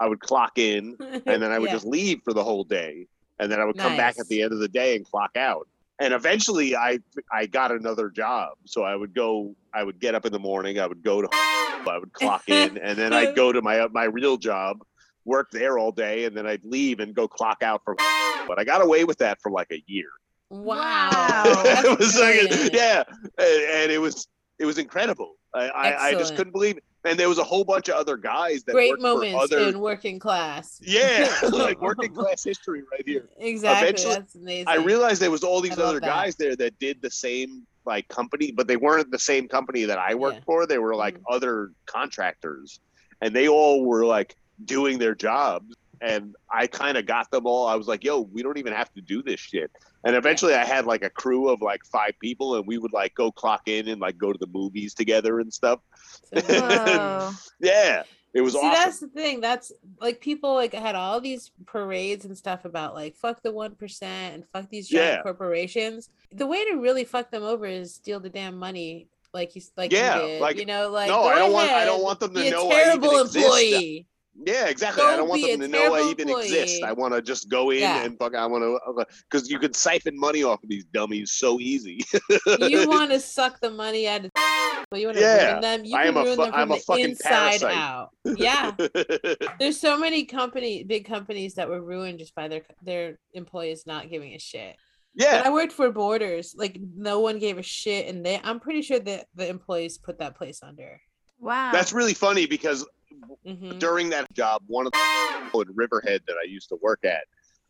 I would clock in and then I would
Yeah.
just leave for the whole day, and then I would come back
Nice.
at the end of the day and clock out. And eventually, I I got another job, so I would go. I would get up in the morning. I would go to. [laughs] I would clock
[laughs]
in, and then I'd go to my my real job, work there all day, and then I'd leave and go clock out from. [laughs] But I got away with that for like a year.
Wow.
Wow.
That's
[laughs] it was like,
brilliant.
yeah, and, and it was it was incredible. I, I, I just
Excellent.
couldn't believe. It. And there was a whole bunch of other guys that
Great
worked
moments
for other
in working
[laughs]
class. [laughs]
yeah, like working class history right here.
Exactly.
Eventually,
That's amazing.
I
[laughs]
realized there was all
I
these
love
other
that.
guys there that did the same like company, but they weren't the same company that I worked
Yeah.
for. They were like
Mhm.
other contractors, and they all were like doing their jobs. And I kind of got them all. I was like, "Yo, we don't even have to do this shit." And eventually, I had like a crew of like five people, and we would like go clock in and like go to the movies together and stuff. [laughs]
It's amazing.
Whoa.
Yeah, it was
See,
awesome.
that's the thing. That's like people like had all these parades and stuff about like fuck the one percent and fuck these giant
Yeah.
corporations. The way to really fuck them over is steal the damn money, like you s- like
Yeah,
you did.
like-
you know, like
no,
go
I don't want. I
ahead,
don't want them to
be
know.
a
I even
terrible
exist.
employee.
Yeah, exactly. I
Don't
don't want
be
them
a
to know I
terrible
even exist.
employee.
I want to just go in
Yeah.
and fuck. I want to because you can siphon money off of these dummies so easy. [laughs]
you want to suck the money out [laughs] of but you want to
Yeah.
ruin them. You
I
can
am a
ruin
fu-
them from
I'm a
the
fucking
inside
parasite.
out.
[laughs]
Yeah. There's so many company big companies that were ruined just by their their employees not giving a shit. When
yeah,
I worked for Borders, like no one gave a shit, and they I'm pretty sure that the employees put that place under.
Wow.
that's really funny because
Mhm.
during that job, one of the people in Riverhead that I used to work at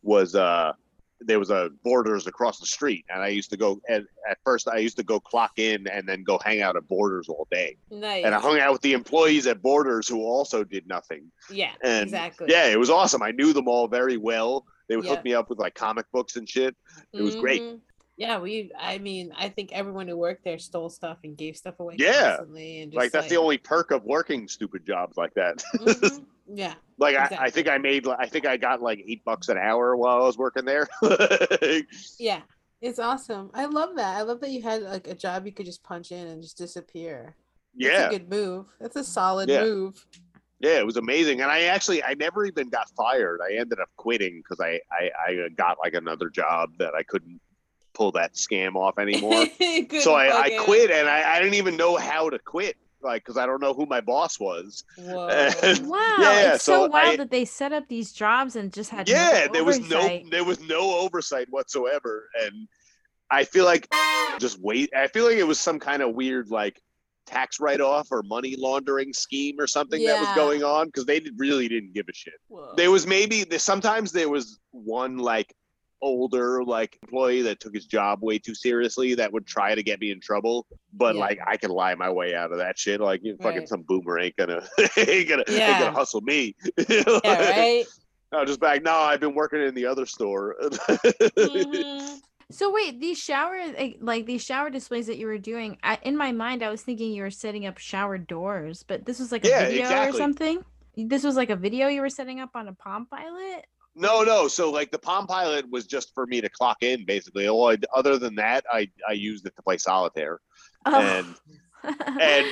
was uh there was a Borders across the street, and I used to go. And at first, I used to go clock in and then go hang out at Borders all day,
Nice.
and I hung out with the employees at Borders who also did nothing.
yeah,
And
exactly.
yeah, it was awesome. I knew them all very well. They would
Yeah.
hook me up with like comic books and shit. it was great.
Mhm. Yeah, we. I mean, I think everyone who worked there stole stuff and gave stuff away.
Yeah.
constantly and just,
like that's the only perk of working stupid jobs like that. [laughs]
Mhm. Yeah,
like I,
Exactly.
I think I made like, I think I got like eight bucks an hour while I was working there. [laughs]
yeah, it's awesome. I love that. I love that you had like a job you could just punch in and just disappear. That's
yeah,
a good move. That's a solid
Yeah.
move.
yeah, it was amazing. And I actually I never even got fired. I ended up quitting because I, I I uh, got like another job that I couldn't pull that scam off anymore.
[laughs] Good
so I, I
fucking-
quit [laughs] and I, I didn't even know how to quit. Like, because I don't know who my boss was.
Whoa.
Wow,
Yeah,
it's so,
so
wild
I-
that they set up these jobs and just had
yeah
no
there was no
oversight.
there was no oversight whatsoever and i feel like just wait i feel like it was some kind of weird like tax write-off or money laundering scheme or something that was
Yeah.
going on because they did, really didn't give a shit
Whoa.
there was maybe there, sometimes there was one like older like employee that took his job way too seriously that would try to get me in trouble but
Yeah.
like i can lie my way out of that shit like you fucking
Right.
some boomer ain't gonna [laughs] ain't gonna, ain't
Yeah.
gonna hustle me [laughs]
yeah, right.
I was just back. No, I've been working in the other store.
Mhm.
So wait, these shower like, like these shower displays that you were doing. I, in my mind, I was thinking you were setting up shower doors, but this was like a
Yeah,
video or
exactly.
something. This was like a video you were setting up on a Palm Pilot.
[laughs] No, no. So like the Palm Pilot was just for me to clock in, basically. All I, other than that, I I used it to play solitaire.
Oh.
And- and-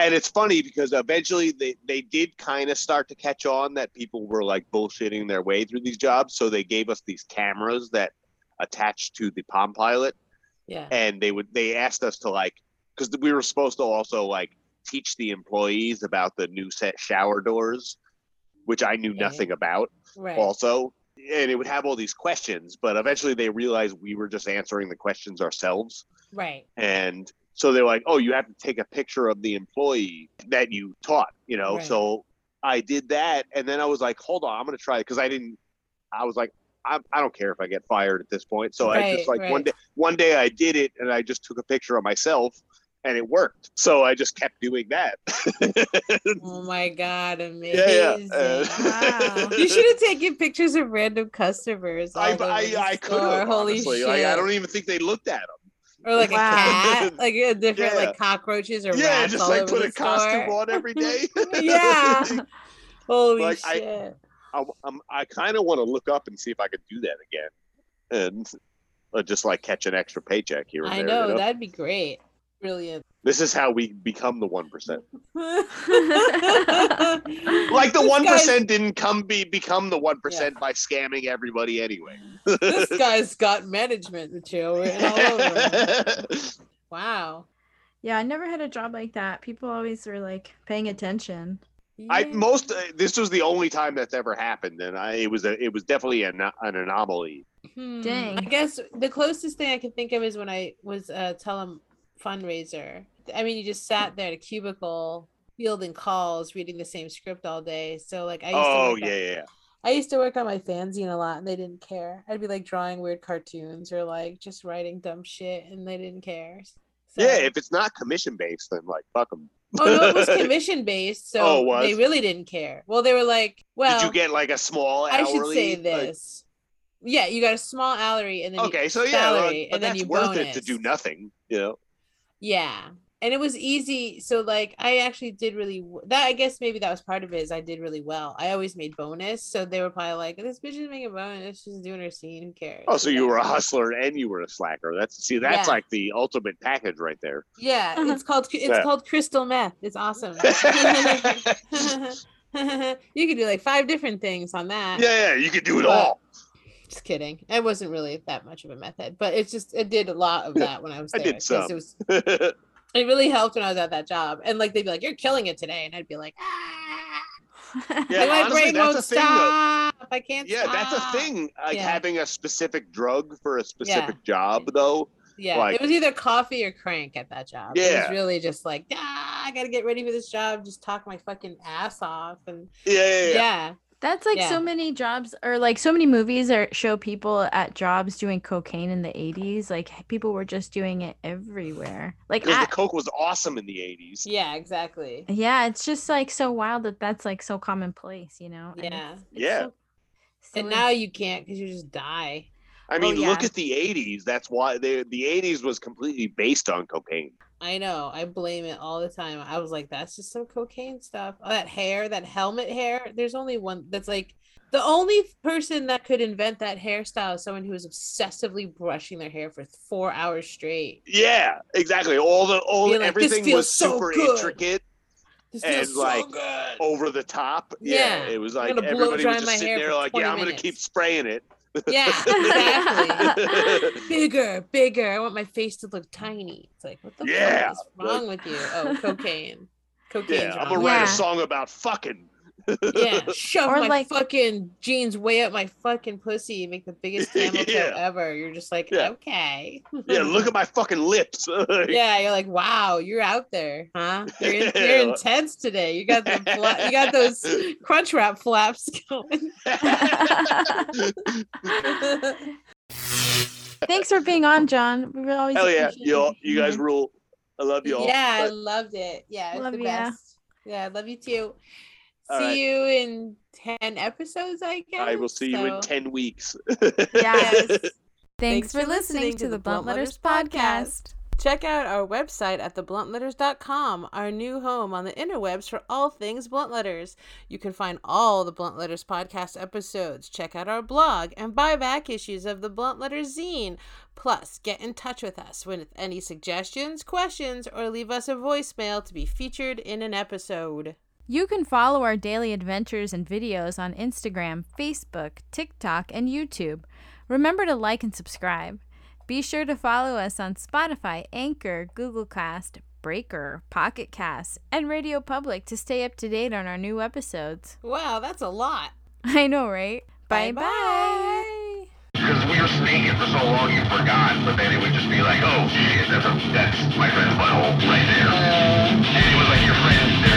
And it's funny because eventually they, they did kind of start to catch on that people were like bullshitting their way through these jobs. So they gave us these cameras that attached to the Palm Pilot,
Yeah.
and they would they asked us to like because we were supposed to also like teach the employees about the new set shower doors, which I knew
Okay.
nothing about
Right.
also and it would have all these questions but eventually they realized we were just answering the questions ourselves
Right.
and so they're like oh you have to take a picture of the employee that you taught you know
Right.
so i did that and then i was like hold on i'm going to try it because i didn't i was like I, I don't care if i get fired at this point so i just
Right,
like one
right.
day one day i did it and i just took a picture of myself and it worked so i just kept doing that [laughs]
Oh my god, amazing.
yeah yeah Uh, [laughs]
Wow.
You should have taken pictures of random customers.
I,
all over
I,
the
I could
store.
have,
Holy
honestly.
shit.
Like, I don't even think they looked at them.
or like
Wow.
a
[laughs]
cat, like a different
Yeah.
like cockroaches or
Yeah,
rats
just
all
like
over
put
the
a costume
store.
on every day.
[laughs] yeah.
[laughs]
[laughs] Holy
Like, [laughs] I-
shit.
I, I'm, I kind of want to look up and see if I could do that again, and uh, just like catch an extra paycheck here and
I,
there. you
know,
know?
that'd be great. [laughs] Brilliant.
This is how we become the one
[laughs]
percent.
like
Oh.
[laughs] Like the one percent didn't come be become the one percent by scamming everybody anyway.
[laughs] This guy's got management material written all over.
[laughs]
him. Wow.
yeah, I never had a job like that. People always were like paying attention.
I
Yeah.
most uh, this was the only time that's ever happened, and I it was a it was definitely an, an anomaly.
Hmm,
Dang.
I guess the closest thing I can think of is when I was a tele fundraiser. I mean, you just sat there at a cubicle fielding calls, reading the same script all day. So like I used to
Oh
work
yeah,
on-
yeah, yeah.
I used to work on my fanzine a lot and they didn't care. I'd be like drawing weird cartoons or like just writing dumb shit and they didn't care. So,
Yeah, [laughs] if it's not commission based, then like fuck them.
oh no, it was commission based, so
Oh, it was?
they really didn't care. Well, they were like, well,
Did you get like a small
I
hourly?
should say
like-
this. yeah, you got a small salary and then you-
okay, so yeah, well,
salary,
but
and then
that's
you
worth it to
bonus.
do nothing. You know,
Yeah. And it was easy. So like I actually did really w- that I guess maybe that was part of it is I did really well. I always made bonus. So they were probably like, This bitch is making a bonus, she's doing her scene, who cares?
oh, so you were a
Whatever.
hustler and you were a slacker. That's see, that's
Yeah.
like the ultimate package right
[laughs]
there. [laughs]
Yeah, it's called it's
Yeah.
called crystal meth. It's
[laughs]
awesome. [laughs]
yeah,
you could do like five different things on that.
yeah, you could do it
But-
all.
Just kidding. I wasn't really that much of a method, but it's just it did a lot of
Yeah,
that when I was
[laughs] I
there.
did
'cause
some.
It was
yeah,
it really helped when I was at that job. And like they'd be like, You're killing it today. And I'd be like, ah. Like, my
honestly,
brain won't
that's a thing. Though.
stop. I can't.
Yeah, that's
stop.
a thing. Like
Yeah.
having a specific drug for a specific job, though.
Yeah,
Like-
it was either coffee or crank at that job. it was
Yeah.
really just like, ah, I gotta get ready for this job. Just talk my fucking ass off, and
Yeah, yeah,
yeah,
yeah.
[laughs] That's like
Yeah.
so many jobs or like so many movies are show people at jobs doing cocaine in the 80s. Like people were just doing it everywhere. Like
Because
I-
the coke was awesome in the '80s.
yeah, exactly.
yeah, it's just like so wild that that's like so commonplace, you know? And
Yeah.
it's- it's
Yeah.
so
And
silly. [laughs]
now you can't because you just die. Oh,
I mean,
yeah.
look at the '80s. That's why they, the '80s was completely based on cocaine.
I know. I blame it all the time. I was like, that's just some cocaine stuff. Oh, that hair, that helmet hair. There's only one that's like the only person that could invent that hairstyle is someone who is obsessively brushing their hair for four hours straight.
Yeah, exactly. All the all
Being like, "This
everything
feels
was
so
super
good."
intricate,
This
And,
feels so
like,
good.
[laughs] over the top. Yeah,
Yeah.
it was like
gonna blow
everybody
dry
was
my
just sitting
hair
there
for
like,
20
yeah, I'm gonna
minutes."
keep spraying it.
Yeah, [laughs] exactly.
[laughs]
bigger, bigger. I want my face to look tiny. It's like, what the
Yeah,
fuck is wrong with you? Oh,
[laughs]
cocaine. Cocaine's
yeah, I'm
wrong.
gonna write
Yeah.
a song
[laughs]
about fucking. [laughs]
yeah, shove
Or
my
like-
fucking jeans way up my fucking pussy, make the biggest camel
[laughs] Yeah.
toe ever. You're just like,
Yeah.
okay. [laughs]
Yeah, look at my fucking lips. [laughs]
yeah, you're like, wow, you're out there, huh? You're, in- you're
Yeah.
intense today. You got the fla- you got those [laughs] crunch wrap flaps [laughs] going.
Thanks for being on, John. We always
[laughs] Hell yeah,
appreciate
y'all,
being
you
[laughs]
guys
here.
rule. I love y'all.
yeah, I
But
loved it. Yeah, it's
Love
the
ya.
best. Yeah, I love you too.
All
see
right.
you in ten episodes, I guess.
I will see you in
so-
ten weeks.
Yeah.
Yes.
Thanks, for, listening, to the Blunt Letters podcast.
Check out our website at thebluntletters.com, our new home on the interwebs for all things blunt letters. You can find all the Blunt Letters podcast episodes, check out our blog, and buy back issues of the Blunt Letters zine. Plus, get in touch with us with any suggestions, questions, or leave us a voicemail to be featured in an episode.
You can follow our daily adventures and videos on Instagram, Facebook, TikTok, and YouTube. Remember to like and subscribe. Be sure to follow us on Spotify, Anchor, Google Cast, Breaker, Pocket Cast, and Radio Public to stay up to date on our new episodes. [laughs]
Wow, that's a lot.
I know, right? Bye
Bye-bye.
bye.
Because we were sneaking for so long, you forgot. But then it would just be like, oh shit, that's a, that's my friend's butthole right there. and it was like your friend.